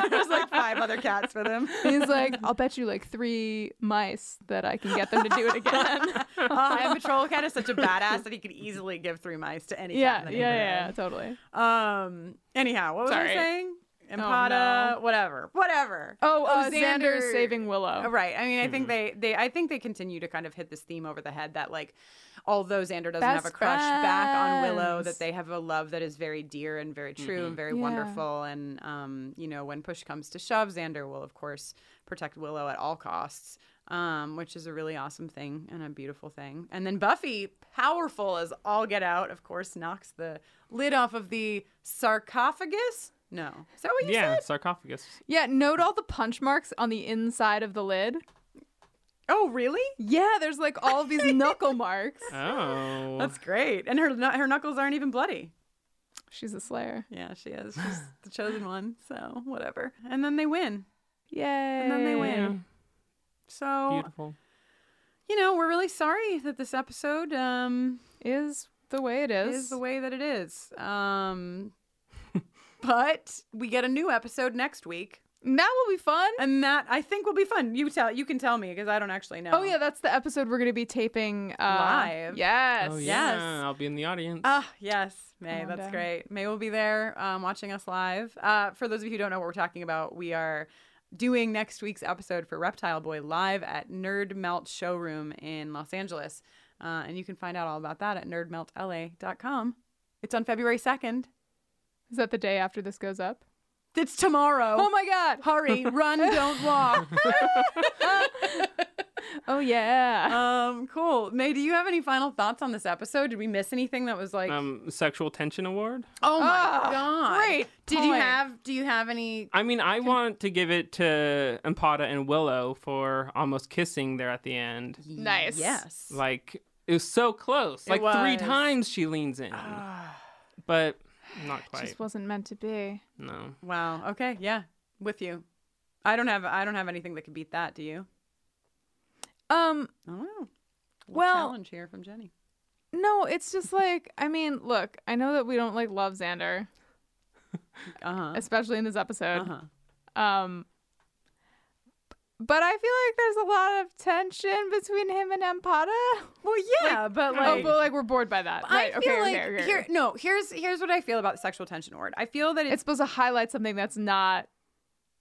B: *laughs* There's like five other cats with him.
A: *laughs*
B: *laughs*
A: He's like, I'll bet you like three mice that I can get them to do it *laughs* again.
B: Uh, and Patrol Cat is such a badass that he could easily give three mice to any cat in
A: yeah, yeah, yeah,
B: the
A: totally.
B: neighborhood. Um. Anyhow, what was I
A: Sorry. Oh,
B: saying? Empada,
A: no.
B: whatever, whatever.
A: Oh,
B: Oh,
A: uh, Xander,
B: Xander-
A: saving Willow.
B: Uh, Right. I mean, I think they, they, I think they continue to kind of hit this theme over the head that like, although Xander doesn't have
A: Best
B: a crush back on Willow, that
A: friends.
B: they have a love that is very dear and very true and very
A: Yeah.
B: wonderful. And um, you know, when push comes to shove, Xander will of course protect Willow at all costs, um, which is a really awesome thing and a beautiful thing. And then Buffy, powerful as all get out, of course, knocks the lid off of the sarcophagus. No, is that what you
C: yeah,
B: said?
C: sarcophagus.
A: Yeah, note all the punch marks on the inside of the lid.
B: Oh, really?
A: Yeah, there's like all of these *laughs* knuckle marks.
C: Oh,
B: That's great. And her knu- her knuckles aren't even bloody.
A: She's a slayer.
B: Yeah,
A: *laughs*
B: she is. She's the chosen one. So whatever. And then they win.
A: Yay.
B: And then they win. So
C: beautiful.
B: you know, we're really sorry that this episode um,
A: Is the way it is.
B: is the way that it is.
A: *laughs*
B: Um, but we get a new episode next week,
A: And that will be fun.
B: and that I think will be fun. You tell. You can tell me because I don't actually know.
A: Oh yeah, that's the episode we're gonna be taping uh,
B: Live.
A: Yes.
C: Oh,
B: yeah.
C: yeah.
B: yes.
C: I'll be in the audience.
B: Ah, yes, May.
A: on
B: That's
A: down.
B: great. May will be there um, watching us live. Uh, for those of you who don't know what we're talking about, we are doing next week's episode for Reptile Boy live at Nerd Melt Showroom in Los Angeles. Uh, and you can find out all about that at nerdmeltla.com. It's on February 2nd.
A: Is that the day after this goes up?
B: It's *laughs* tomorrow.
A: Oh my god.
B: *laughs* Hurry, run, don't walk.
A: *laughs* Oh yeah.
B: Um, cool. May, do you have any final thoughts on this episode? Did we miss anything that was like?
C: Um, sexual tension award.
B: oh my
A: Ah,
B: god!
A: great
B: Did you
A: point.
B: have? Do you have any?
C: I mean, I want to give it to Empada and Willow for almost kissing there at the end.
A: Nice.
B: Yes.
C: Like it was so close.
A: It
C: Like three
A: was. Ah.
C: times she leans in, but not quite.
A: Just wasn't meant to be.
C: No.
B: Wow. Okay. Yeah. With you. I don't have. I don't have anything that could beat that. Do you?
A: Um.
B: I don't know. Oh, Little
A: Well-
B: challenge here from Jenny.
A: No, it's just like I mean, look, I know that we don't like love
B: *laughs*
A: Xander,
B: Uh huh.
A: especially in this episode.
B: Uh-huh.
A: Um. But I feel like there's a lot of tension between him and Empada.
B: Well, yeah, but
A: oh,
B: like-
A: but like we're bored by that. right?
B: I feel
A: okay,
B: like
A: okay, okay,
B: here.
A: okay.
B: No. Here's here's what I feel about the sexual tension award. I feel that
A: it's supposed to highlight something that's not.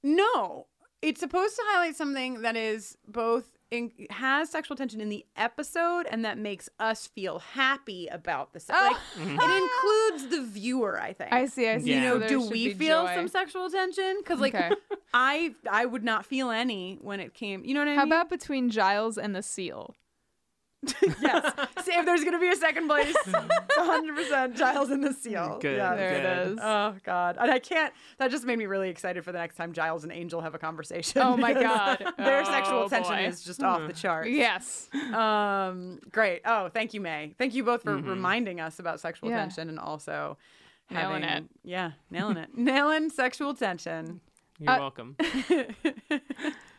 B: No, it's supposed to highlight something that is both in, has sexual tension in the episode and that makes us feel happy about the sex. Like, It includes the viewer, Ah. I think.
A: I see. I see. So
B: You know,
A: there
B: do
A: should
B: we
A: be
B: feel
A: joy.
B: some sexual tension? Because like,
A: Okay.
B: *laughs* I I would not feel any when it came. You know what I
A: How
B: mean?
A: about between Giles and the seal? *laughs*
B: See, if there's gonna be a second place, 100 percent Giles in the seal.
C: Good,
B: Yeah.
A: There it
C: Good.
A: is.
B: Oh God, and I can't. That just made me really excited for the next time Giles and Angel have a conversation.
A: Oh my
B: because
A: God.
B: *laughs* their
A: Oh,
B: sexual tension
A: boy.
B: is just off the charts.
A: yes.
B: Um, great. Oh, thank you, May. Thank you both for reminding us about sexual
A: Yeah.
B: tension and also
A: Nailing
B: having,
A: it.
B: Yeah, nailing it. *laughs* nailing sexual tension.
C: You're
A: Uh, *laughs*
C: welcome.